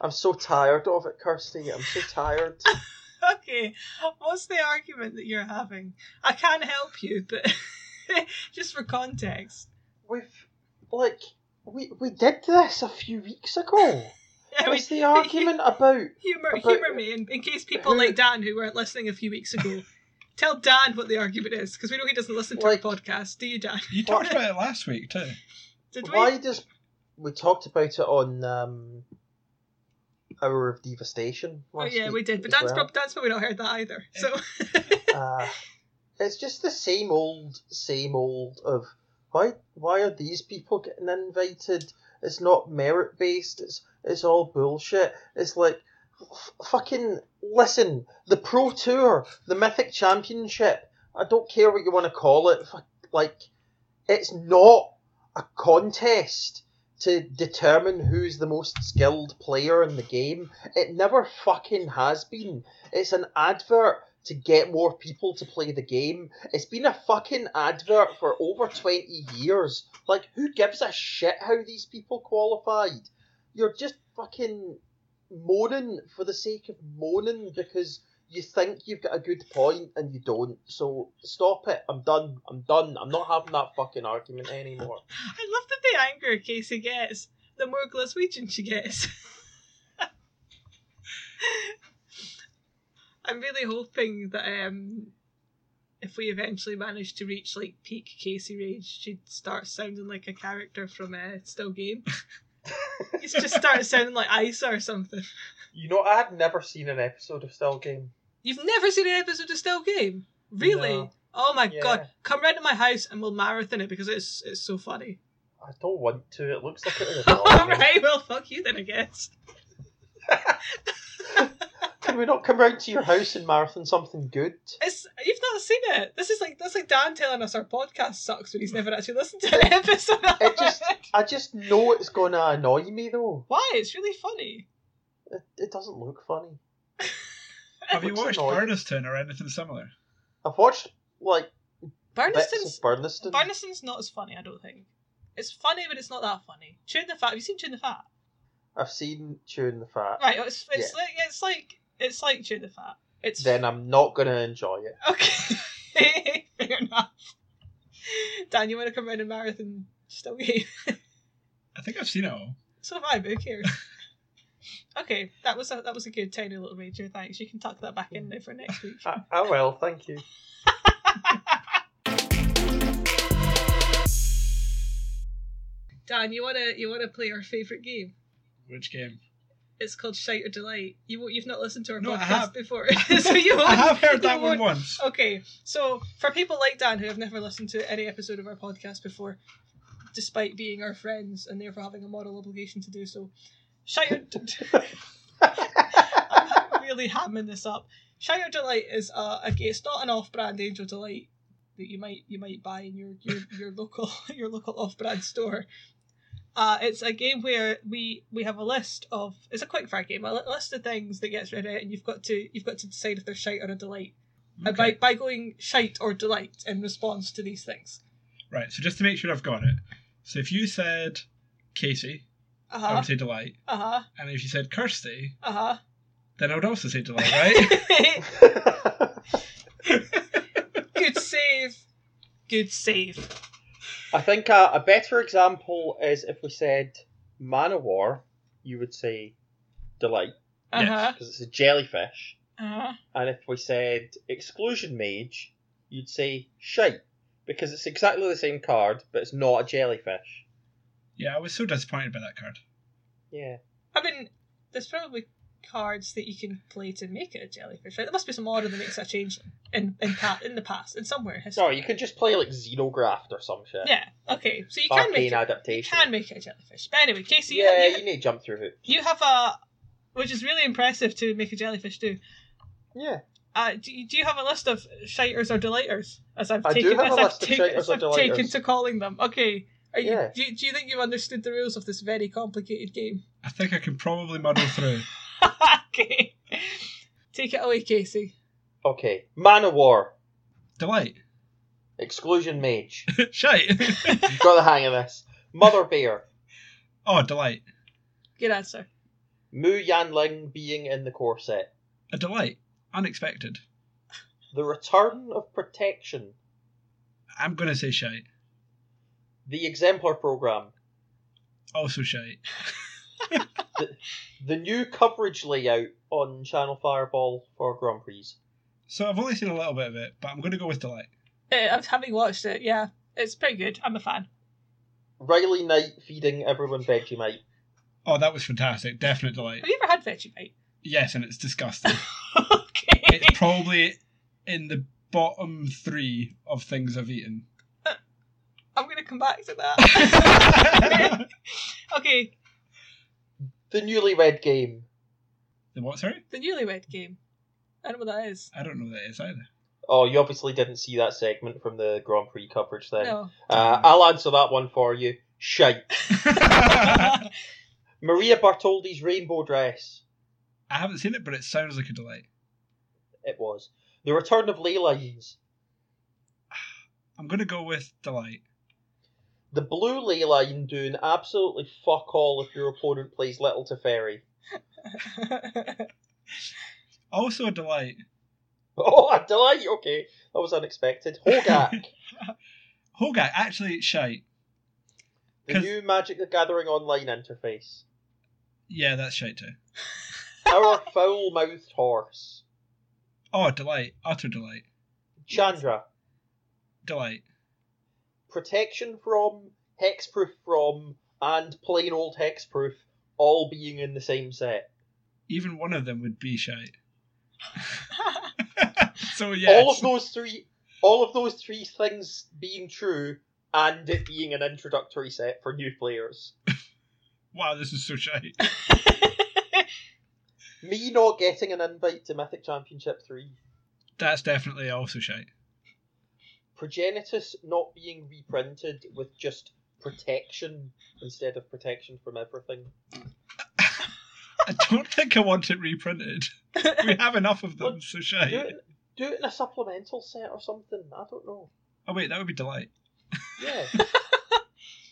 Speaker 2: I'm so tired of it, Kirsty. I'm so tired.
Speaker 1: okay, what's the argument that you're having? I can't help you, but just for context.
Speaker 2: We've like we we did this a few weeks ago.
Speaker 1: Yeah,
Speaker 2: What's the argument about?
Speaker 1: humor,
Speaker 2: About-
Speaker 1: humor me, in, in case people
Speaker 2: Who-
Speaker 1: like Dan who weren't listening a few weeks ago. Tell Dan what the argument is, because we know he doesn't listen to
Speaker 2: Like-
Speaker 1: our podcast. Do you, Dan?
Speaker 3: You talked about it last week too.
Speaker 1: Did we?
Speaker 2: Why does we talked about it on um, Hour of Devastation?
Speaker 1: Oh,
Speaker 2: last
Speaker 1: yeah, we
Speaker 2: week
Speaker 1: did. But
Speaker 2: as
Speaker 1: Dan's,
Speaker 2: well.
Speaker 1: prob- Dan's probably not heard that either. So
Speaker 2: uh, it's just the same old, same old of why why are these people getting invited? It's not merit based. It's it's all bullshit. It's like f- fucking listen. The Pro Tour, the Mythic Championship. I don't care what you want to call it. fuck, Like it's not a contest to determine who's the most skilled player in the game. It never fucking has been. It's an advert to get more people to play the game. It's been a fucking advert for over 20 years. Like, who gives a shit how these people qualified? You're just fucking moaning for the sake of moaning because you think you've got a good point and you don't. So stop it. I'm done. I'm done. I'm not having that fucking argument anymore.
Speaker 1: I love that the angrier Casey gets, the more Glaswegian she gets. I'm really hoping that um, if we eventually manage to reach like peak Casey rage, she'd start sounding like a character from uh, Still Game. you just start sounding like Isa or something.
Speaker 2: You know, I have never seen an episode of Cell Game.
Speaker 1: You've never seen an episode of Still Game, really?
Speaker 2: No.
Speaker 1: Oh my
Speaker 2: Yeah.
Speaker 1: god! Come round to my house and we'll marathon it because it's it's so funny.
Speaker 2: I don't want to. It looks like it is.
Speaker 1: All right, well, fuck you then, I guess.
Speaker 2: Can we not come round to your house and marathon something good?
Speaker 1: It's you've not seen it. This is like that's like Dan telling us our podcast sucks when he's never actually listened to an episode. of
Speaker 2: It just-
Speaker 1: it.
Speaker 2: I just know it's gonna annoy me though.
Speaker 1: why? It's really funny.
Speaker 2: It, it doesn't look funny.
Speaker 3: Have you
Speaker 2: Looks
Speaker 3: watched
Speaker 2: annoying.
Speaker 3: Earneston or anything similar?
Speaker 2: I've watched like bits
Speaker 1: Barniston's
Speaker 2: of Burniston.
Speaker 1: Barniston's not as funny, I don't think. It's funny, but it's not that funny. Tune the fat. Have you seen Tune the fat?
Speaker 2: I've seen Chewing the Fat.
Speaker 1: Right. It's it's like it's like it's like Tune the fat. It's
Speaker 2: Then I'm not gonna enjoy it.
Speaker 1: okay. Fair enough. Dan, you want to come round and marathon? Still game.
Speaker 3: I think I've seen it all.
Speaker 1: So have I, but who cares? okay, that was a that was a good tiny little ranger, thanks. You can tuck that back in there for next week.
Speaker 2: I, I will, Ah, thank you.
Speaker 1: Dan, you wanna you wanna play our favourite game?
Speaker 3: Which game?
Speaker 1: It's called Shite or Delight. You won't- you've not listened to our
Speaker 3: No, I
Speaker 1: podcast
Speaker 3: have.
Speaker 1: before. so you
Speaker 3: I
Speaker 1: won't-
Speaker 3: have heard
Speaker 1: you
Speaker 3: that one
Speaker 1: won't-
Speaker 3: once.
Speaker 1: Okay, so for people like Dan who have never listened to any episode of our podcast before, despite being our friends and therefore having a moral obligation to do so, Shite or I'm really hamming this up. Shire Delight is a, a it's not an off-brand Angel Delight that you might you might buy in your your, your local your local off-brand store. Uh, it's a game where we we have a list of it's a quickfire game a li- list of things that gets read out and you've got to you've got to decide if they're shite or a delight and by
Speaker 3: Okay.
Speaker 1: by going shite or delight in response to these things.
Speaker 3: Right, so just to make sure I've got it. So if you said Casey,
Speaker 1: Uh
Speaker 3: I
Speaker 1: huh.
Speaker 3: would say Delight.
Speaker 1: Uh huh.
Speaker 3: And if you said Kirsty,
Speaker 1: Uh
Speaker 3: then I would also say Delight, right?
Speaker 1: huh. Good save. Good save.
Speaker 2: I think uh, a better example is if we said Manowar, you would say Delight,
Speaker 1: Uh huh.
Speaker 2: because it's a jellyfish.
Speaker 1: Uh huh.
Speaker 2: And if we said Exclusion Mage, you'd say Shite, because it's exactly the same card, but it's not a jellyfish.
Speaker 3: yeah, I was so disappointed by that card.
Speaker 2: Yeah.
Speaker 1: I mean, there's probably cards that you can play to make it a jellyfish. Right? There must be some order that makes that change in in, pa- in the past, in somewhere in history.
Speaker 2: No, you could just play like Xenograft or some shit.
Speaker 1: Yeah. Okay. So you can
Speaker 2: Arcane
Speaker 1: make it, you
Speaker 2: adaptation.
Speaker 1: can make it a jellyfish. But anyway, Casey, you,
Speaker 2: yeah,
Speaker 1: you,
Speaker 2: you need to jump through hoops.
Speaker 1: you have a, which is really impressive to make a jellyfish do.
Speaker 2: Yeah.
Speaker 1: Uh, do, you, do you have a list of shiters or delighters? As I've
Speaker 2: I do
Speaker 1: taken,
Speaker 2: have
Speaker 1: as
Speaker 2: a
Speaker 1: I've
Speaker 2: list of
Speaker 1: taken,
Speaker 2: shiters
Speaker 1: as
Speaker 2: or
Speaker 1: I've taken
Speaker 2: delighters.
Speaker 1: to calling them. Okay. Are you,
Speaker 2: Yeah.
Speaker 1: do, you- do you think you've understood the rules of this very complicated game?
Speaker 3: I think I can probably muddle through.
Speaker 1: okay. Take it away, Casey.
Speaker 2: Okay. Man of War.
Speaker 3: Delight.
Speaker 2: Exclusion Mage.
Speaker 3: Shite.
Speaker 2: You've got the hang of this. Mother Bear.
Speaker 3: oh, delight.
Speaker 1: Good answer.
Speaker 2: Mu Yanling being in the core set.
Speaker 3: A delight. Unexpected.
Speaker 2: The Return of Protection.
Speaker 3: I'm gonna say shite.
Speaker 2: The Exemplar Program.
Speaker 3: Also shite.
Speaker 2: The new coverage layout on Channel Fireball for Grand Prix.
Speaker 3: So I've only seen a little bit of it, but I'm gonna go with delight.
Speaker 1: Uh, I've- having watched it, yeah, it's pretty good. I'm a fan.
Speaker 2: Riley Knight feeding everyone Vegemite.
Speaker 3: Oh, that was fantastic. Definite delight.
Speaker 1: Have you ever had veggie bite?
Speaker 3: Yes, and it's disgusting.
Speaker 1: okay.
Speaker 3: it's probably in the bottom three of things I've eaten.
Speaker 1: I'm gonna come back to that. okay,
Speaker 2: The newlywed game.
Speaker 3: the what? Sorry,
Speaker 1: the newlywed game. I don't know what that is.
Speaker 3: I don't know what that is either.
Speaker 2: Oh, you obviously didn't see that segment from the Grand Prix coverage then.
Speaker 1: No.
Speaker 2: Uh, I'll answer that one for you. Shite.
Speaker 3: I
Speaker 2: Maria Bartoldi's rainbow dress.
Speaker 3: haven't seen it, but it sounds like a delight.
Speaker 2: It was. The return of ley lines.
Speaker 3: I'm gonna go with delight.
Speaker 2: The blue ley line doing absolutely fuck all if your opponent plays Little Teferi.
Speaker 3: Also a delight.
Speaker 2: Oh, a delight. Okay, that was unexpected. Hogak.
Speaker 3: Hogak, actually it's shite.
Speaker 2: the
Speaker 3: 'Cause-
Speaker 2: new Magic the Gathering online interface.
Speaker 3: Yeah, that's shite too.
Speaker 2: Our foul mouthed horse.
Speaker 3: Oh, delight. Utter delight.
Speaker 2: Chandra.
Speaker 3: Delight.
Speaker 2: protection from, hexproof from, and plain old hexproof all being in the same set.
Speaker 3: Even one of them would be shite. so yes.
Speaker 2: All of those three all of those three things being true and it being an introductory set for new players.
Speaker 3: Wow, this is so shite.
Speaker 2: Me not getting an invite to Mythic Championship 3.
Speaker 3: That's definitely also shite.
Speaker 2: Progenitus not being reprinted with just protection instead of protection from everything.
Speaker 3: I don't think I want it reprinted. We have enough of them, so
Speaker 2: Do
Speaker 3: shite.
Speaker 2: it, do it in a supplemental set or something. I don't know.
Speaker 3: Oh wait, that would be delight.
Speaker 2: Yeah.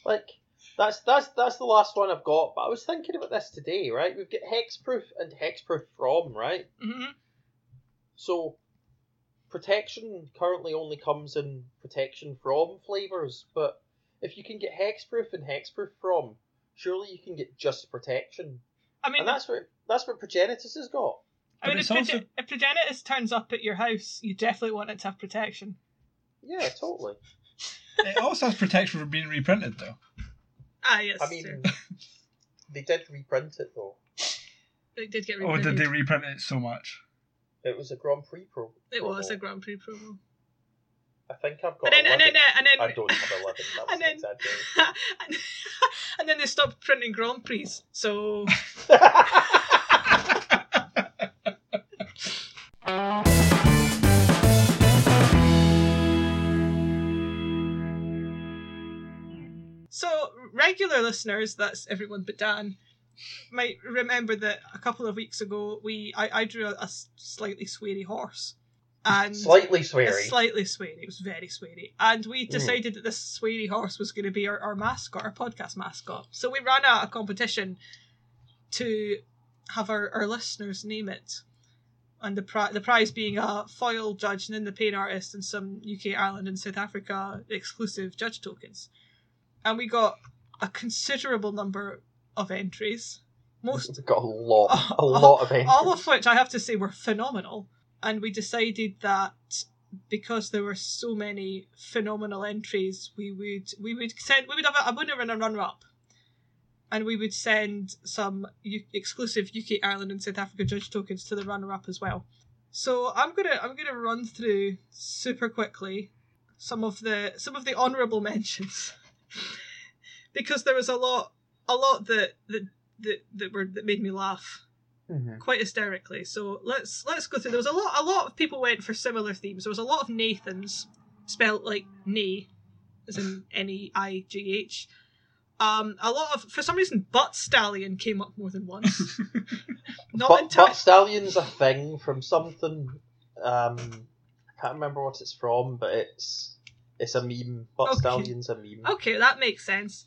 Speaker 2: like that's that's that's the last one I've got. But I was thinking about this today, right? We've got hexproof and hexproof from, right?
Speaker 1: Mhm.
Speaker 2: So protection currently only comes in protection from flavors, but if you can get hexproof and hexproof from, surely you can get just protection,
Speaker 1: I mean,
Speaker 2: and that's what that's what Progenitus has got.
Speaker 1: I mean, if,
Speaker 3: but it's
Speaker 1: proge-
Speaker 3: also-
Speaker 1: if Progenitus turns up at your house, you definitely want it to have protection.
Speaker 2: Yeah, totally.
Speaker 3: It also has protection from being reprinted though.
Speaker 1: Ah, yes.
Speaker 2: I mean, they did reprint it though.
Speaker 1: it did get
Speaker 3: Oh,
Speaker 1: reprinted.
Speaker 3: did they reprint it so much?
Speaker 2: It was a Grand Prix pro.
Speaker 1: It was
Speaker 2: promo.
Speaker 1: a Grand Prix promo.
Speaker 2: Oh. I think I've got.
Speaker 1: And then, and then,
Speaker 2: 11.
Speaker 1: and then,
Speaker 2: I don't have eleven. That was
Speaker 1: And
Speaker 2: an
Speaker 1: then-
Speaker 2: exaggeration.
Speaker 1: and, and then they stopped printing Grand Prix. So So, regular listeners, that's everyone but Dan, might remember that a couple of weeks ago we I, I drew a, a slightly sweary horse. And
Speaker 2: Slightly
Speaker 1: a
Speaker 2: sweary.
Speaker 1: slightly sweary. It was very sweary. And we decided that this sweary horse was going to be our, our mascot, our podcast mascot. So we ran a, a competition to have our, our listeners name it. And the, pri- the prize being a foil judge, and then the paint artist, and some UK, Ireland, and South Africa exclusive judge tokens. And we got a considerable number of entries. Most
Speaker 2: We've got a lot, a
Speaker 1: All-
Speaker 2: lot of entries.
Speaker 1: all of which I have to say were phenomenal. And we decided that because there were so many phenomenal entries, we would we would send we would have a, a winner and a runner up, and we would send some U- exclusive UK, Ireland, and South Africa judge tokens to the runner up as well. So I'm gonna I'm gonna run through super quickly some of the some of the honourable mentions because there was a lot a lot that that that, that were that made me laugh
Speaker 2: Mhm.
Speaker 1: quite hysterically. So let's let's go through. There was a lot a lot of people went for similar themes. There was a lot of Nathans, spelt like Nay, as in N E I G H. Um, a lot of for some reason butt stallion came up more than once. Not
Speaker 2: But,
Speaker 1: entirely.
Speaker 2: but Stallion's a thing from something. Um, I can't remember what it's from, but it's it's a meme. But
Speaker 1: Okay.
Speaker 2: Stallion's a meme.
Speaker 1: Okay, that makes sense.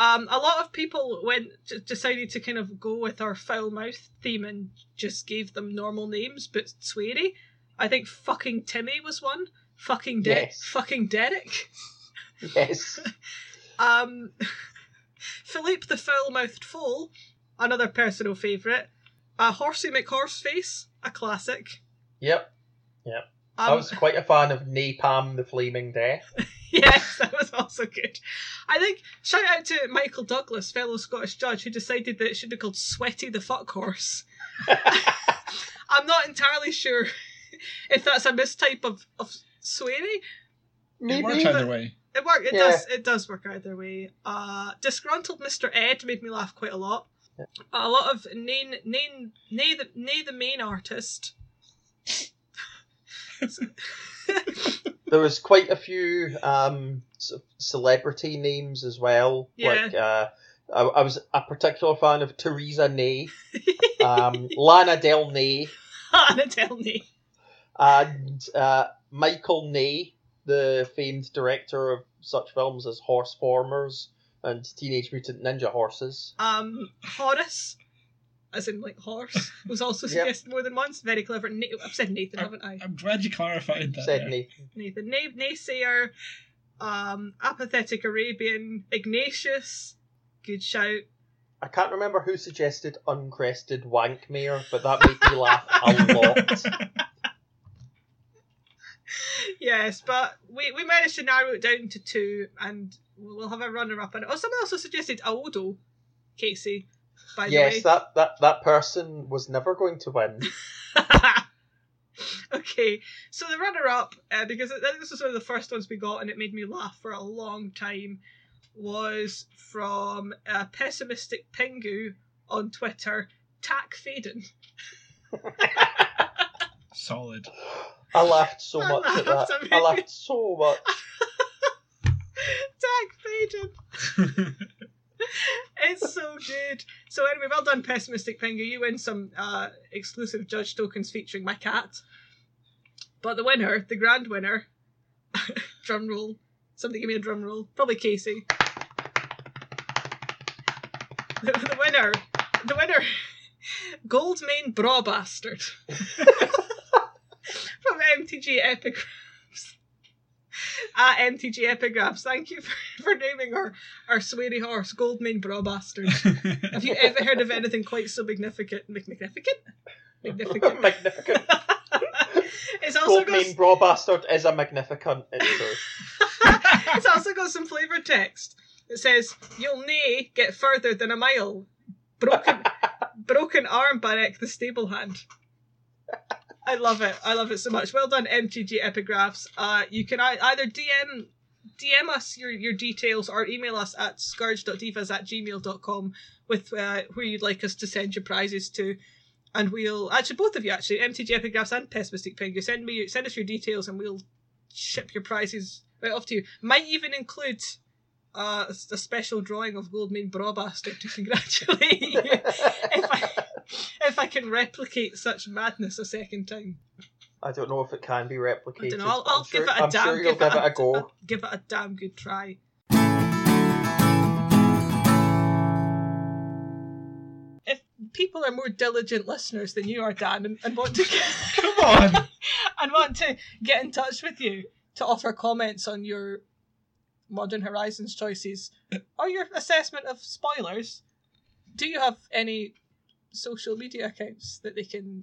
Speaker 1: Um, a lot of people went j- decided to kind of go with our foul mouth theme and just gave them normal names, but sweary. I think fucking Timmy was one. Fucking De-
Speaker 2: Yes.
Speaker 1: fucking Derek.
Speaker 2: Yes.
Speaker 1: Um, Philippe the foul mouthed foal, another personal favourite. Uh, Horsey McHorseface, a classic.
Speaker 2: Yep.
Speaker 1: Um,
Speaker 2: I was quite a fan of Napalm the Flaming Death.
Speaker 1: Yes, that was also good. I think shout out to Michael Douglas, fellow Scottish judge, who decided that it should be called Sweaty the Fuck Horse. I'm not entirely sure if that's a mistype of of sweary.
Speaker 3: It works either way.
Speaker 1: It work. It
Speaker 2: Yeah.
Speaker 1: does. It does work either way. Uh, disgruntled Mr. Ed made me laugh quite a lot. A lot of name name nay the nay the main artist.
Speaker 2: There was quite a few um, c- celebrity names as well.
Speaker 1: Yeah.
Speaker 2: Like uh, I, I was a particular fan of Theresa Ney, um, Lana Del Ney,
Speaker 1: Anna Delney.
Speaker 2: and uh, Michael Ney, the famed director of such films as Horse Farmers and Teenage Mutant Ninja Horses.
Speaker 1: Um, Horace, as in like horse, was also
Speaker 2: Yep.
Speaker 1: suggested more than once. Very clever. Na- I've said Nathan, haven't I?
Speaker 3: I'm glad you clarified that.
Speaker 2: Said
Speaker 3: there.
Speaker 2: Ney.
Speaker 1: Nathan, Nay- naysayer, um, apathetic Arabian, Ignatius. Good shout.
Speaker 2: I can't remember who suggested uncrested wankmare, but that made me laugh a lot.
Speaker 1: Yes, but we, we managed to narrow it down to two, and we'll we'll have a runner up on it. Oh, someone also suggested Aodo, Casey. By the way,
Speaker 2: Yes, that, that, that person was never going to win.
Speaker 1: okay, so the runner up, uh, because I think this was one of the first ones we got and it made me laugh for a long time, was from uh, Pessimistic Pingu on Twitter, Tak Faden.
Speaker 3: Solid.
Speaker 2: I laughed so
Speaker 1: I
Speaker 2: much at
Speaker 1: laughed,
Speaker 2: that.
Speaker 1: I mean-
Speaker 2: I laughed so much.
Speaker 1: Tak Faden! It's so good. So, anyway, well done, Pessimistic Pingu. You win some uh, exclusive judge tokens featuring my cat. But the winner, the grand winner, drum roll. Somebody give me a drum roll. Probably Casey. The, the winner, the winner, Goldmane Bra Bastard from MTG Epigrams. At MTG Epigrams, thank you for, for naming our, our sweary horse Goldmane Bra Bastard. Have you ever heard of anything quite so magnificent? Mag- Magnificent? Magnificent.
Speaker 2: Magnificent.
Speaker 1: it's also
Speaker 2: Gold
Speaker 1: got
Speaker 2: main bra bastard is a magnificent. It's true.
Speaker 1: it's also got some flavour text. It says, "You'll nay get further than a mile, broken broken arm barrack the stable hand." I love it. I love it so much. Well done, MTG Epigraphs. Uh, you can ei- either DM DM us your, your details or email us at scourge.divas at gmail.com with uh, where you'd like us to send your prizes to. And we'll actually both of you actually MTG Epigraphs and Pessimistic Pingu send me send us your details and we'll ship your prizes right off to you. Might even include uh, a s- a special drawing of Goldmane Brawbastard to congratulate you if I if I can replicate such madness a second time.
Speaker 2: I don't know if it can be replicated.
Speaker 1: I don't know. I'll,
Speaker 2: but
Speaker 1: I'll
Speaker 2: I'm sure,
Speaker 1: give it a
Speaker 2: I'm
Speaker 1: damn.
Speaker 2: sure you'll give it a go.
Speaker 1: I'll give it a damn good try. If people are more diligent listeners than you are, Dan, and, and want to
Speaker 3: Come on.
Speaker 1: and want to get in touch with you to offer comments on your Modern Horizons choices or your assessment of spoilers, do you have any social media accounts that they can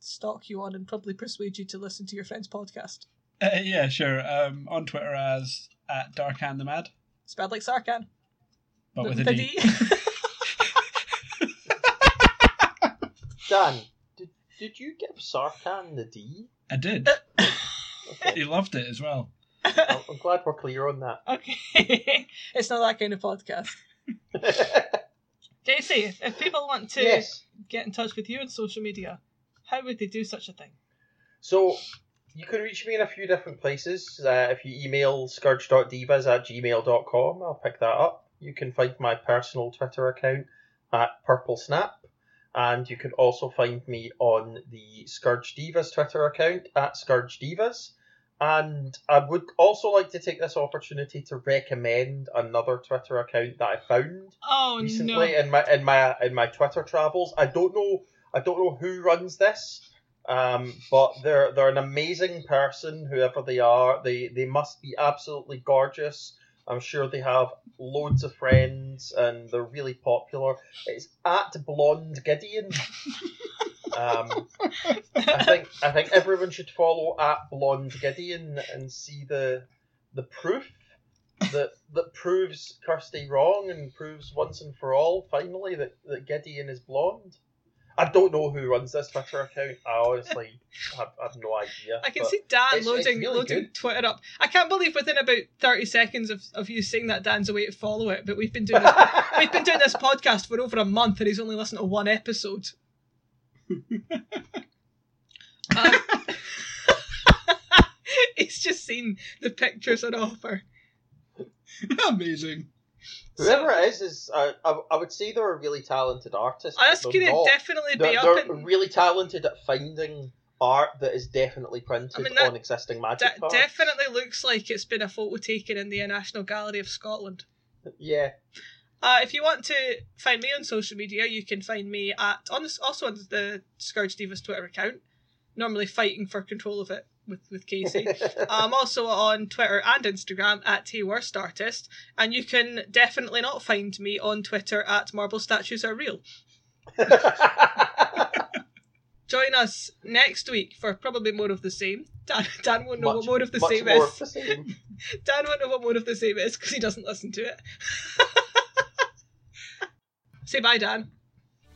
Speaker 1: stalk you on and probably persuade you to listen to your friend's podcast?
Speaker 3: Uh, yeah, sure. Um, on Twitter as at Dark Hand the Mad,
Speaker 1: Spelled like Sarkan.
Speaker 3: but with a
Speaker 1: With a
Speaker 3: D.
Speaker 1: D.
Speaker 2: Dan, did, did you give Sarkan the D?
Speaker 3: I did. he loved it as well.
Speaker 2: Well, I'm glad we're clear on that.
Speaker 1: okay. it's not that kind of podcast. Daisy, if people want to
Speaker 2: Yes.
Speaker 1: get in touch with you on social media, how would they do such a thing?
Speaker 2: So you can reach me in a few different places. Uh, if you email scourge.divas at gmail.com, I'll pick that up. You can find my personal Twitter account at Purple Snap. And you can also find me on the Scourge Divas Twitter account at Scourge Divas. And I would also like to take this opportunity to recommend another Twitter account that I found
Speaker 1: Oh
Speaker 2: recently uh, in my in my in my Twitter travels. I don't know I don't know who runs this, um, but they're they're an amazing person. Whoever they are, they they must be absolutely gorgeous. I'm sure they have loads of friends and they're really popular. It's at Blonde Gideon. um, I
Speaker 1: no.
Speaker 2: think I think everyone should follow at Blonde Gideon and see the the proof that that proves Kirsty wrong and proves once and for all finally that, that Gideon is blonde. I don't know who runs this Twitter account. I honestly have, have no idea.
Speaker 1: I can
Speaker 2: but
Speaker 1: see Dan
Speaker 2: it's- it's
Speaker 1: loading
Speaker 2: really
Speaker 1: loading
Speaker 2: good.
Speaker 1: Twitter up. I can't believe within about thirty seconds of, of you saying that Dan's away to follow it, but we've been doing this, we've been doing this podcast for over a month and he's only listened to one episode. Um, he's just seen the pictures on offer.
Speaker 3: Amazing.
Speaker 2: Whoever it is is uh, I, I would say they're a really talented artist.
Speaker 1: Oh, that's
Speaker 2: but
Speaker 1: gonna
Speaker 2: they're not.
Speaker 1: definitely be
Speaker 2: They're,
Speaker 1: up
Speaker 2: they're
Speaker 1: in
Speaker 2: really talented at finding art that is definitely printed
Speaker 1: I mean, that-
Speaker 2: on existing magic
Speaker 1: that
Speaker 2: cards.
Speaker 1: definitely looks like it's been a photo taken in the National Gallery of Scotland.
Speaker 2: Yeah.
Speaker 1: Uh, if you want to find me on social media, you can find me at on the, also on the Scourge Divas Twitter account. Normally fighting for control of it with with Casey. I'm also on Twitter and Instagram at Hey Worst Artist, and you can definitely not find me on Twitter at Marble Statues Are Real. Join us next week for probably more of the same. Dan, Dan won't know
Speaker 2: Much-
Speaker 1: what more of the
Speaker 2: much
Speaker 1: same
Speaker 2: more
Speaker 1: is.
Speaker 2: of the same.
Speaker 1: Dan won't know what more of the same is because he doesn't listen to it. Say bye, Dan.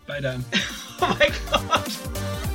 Speaker 3: Bye, Dan.
Speaker 1: Oh my god.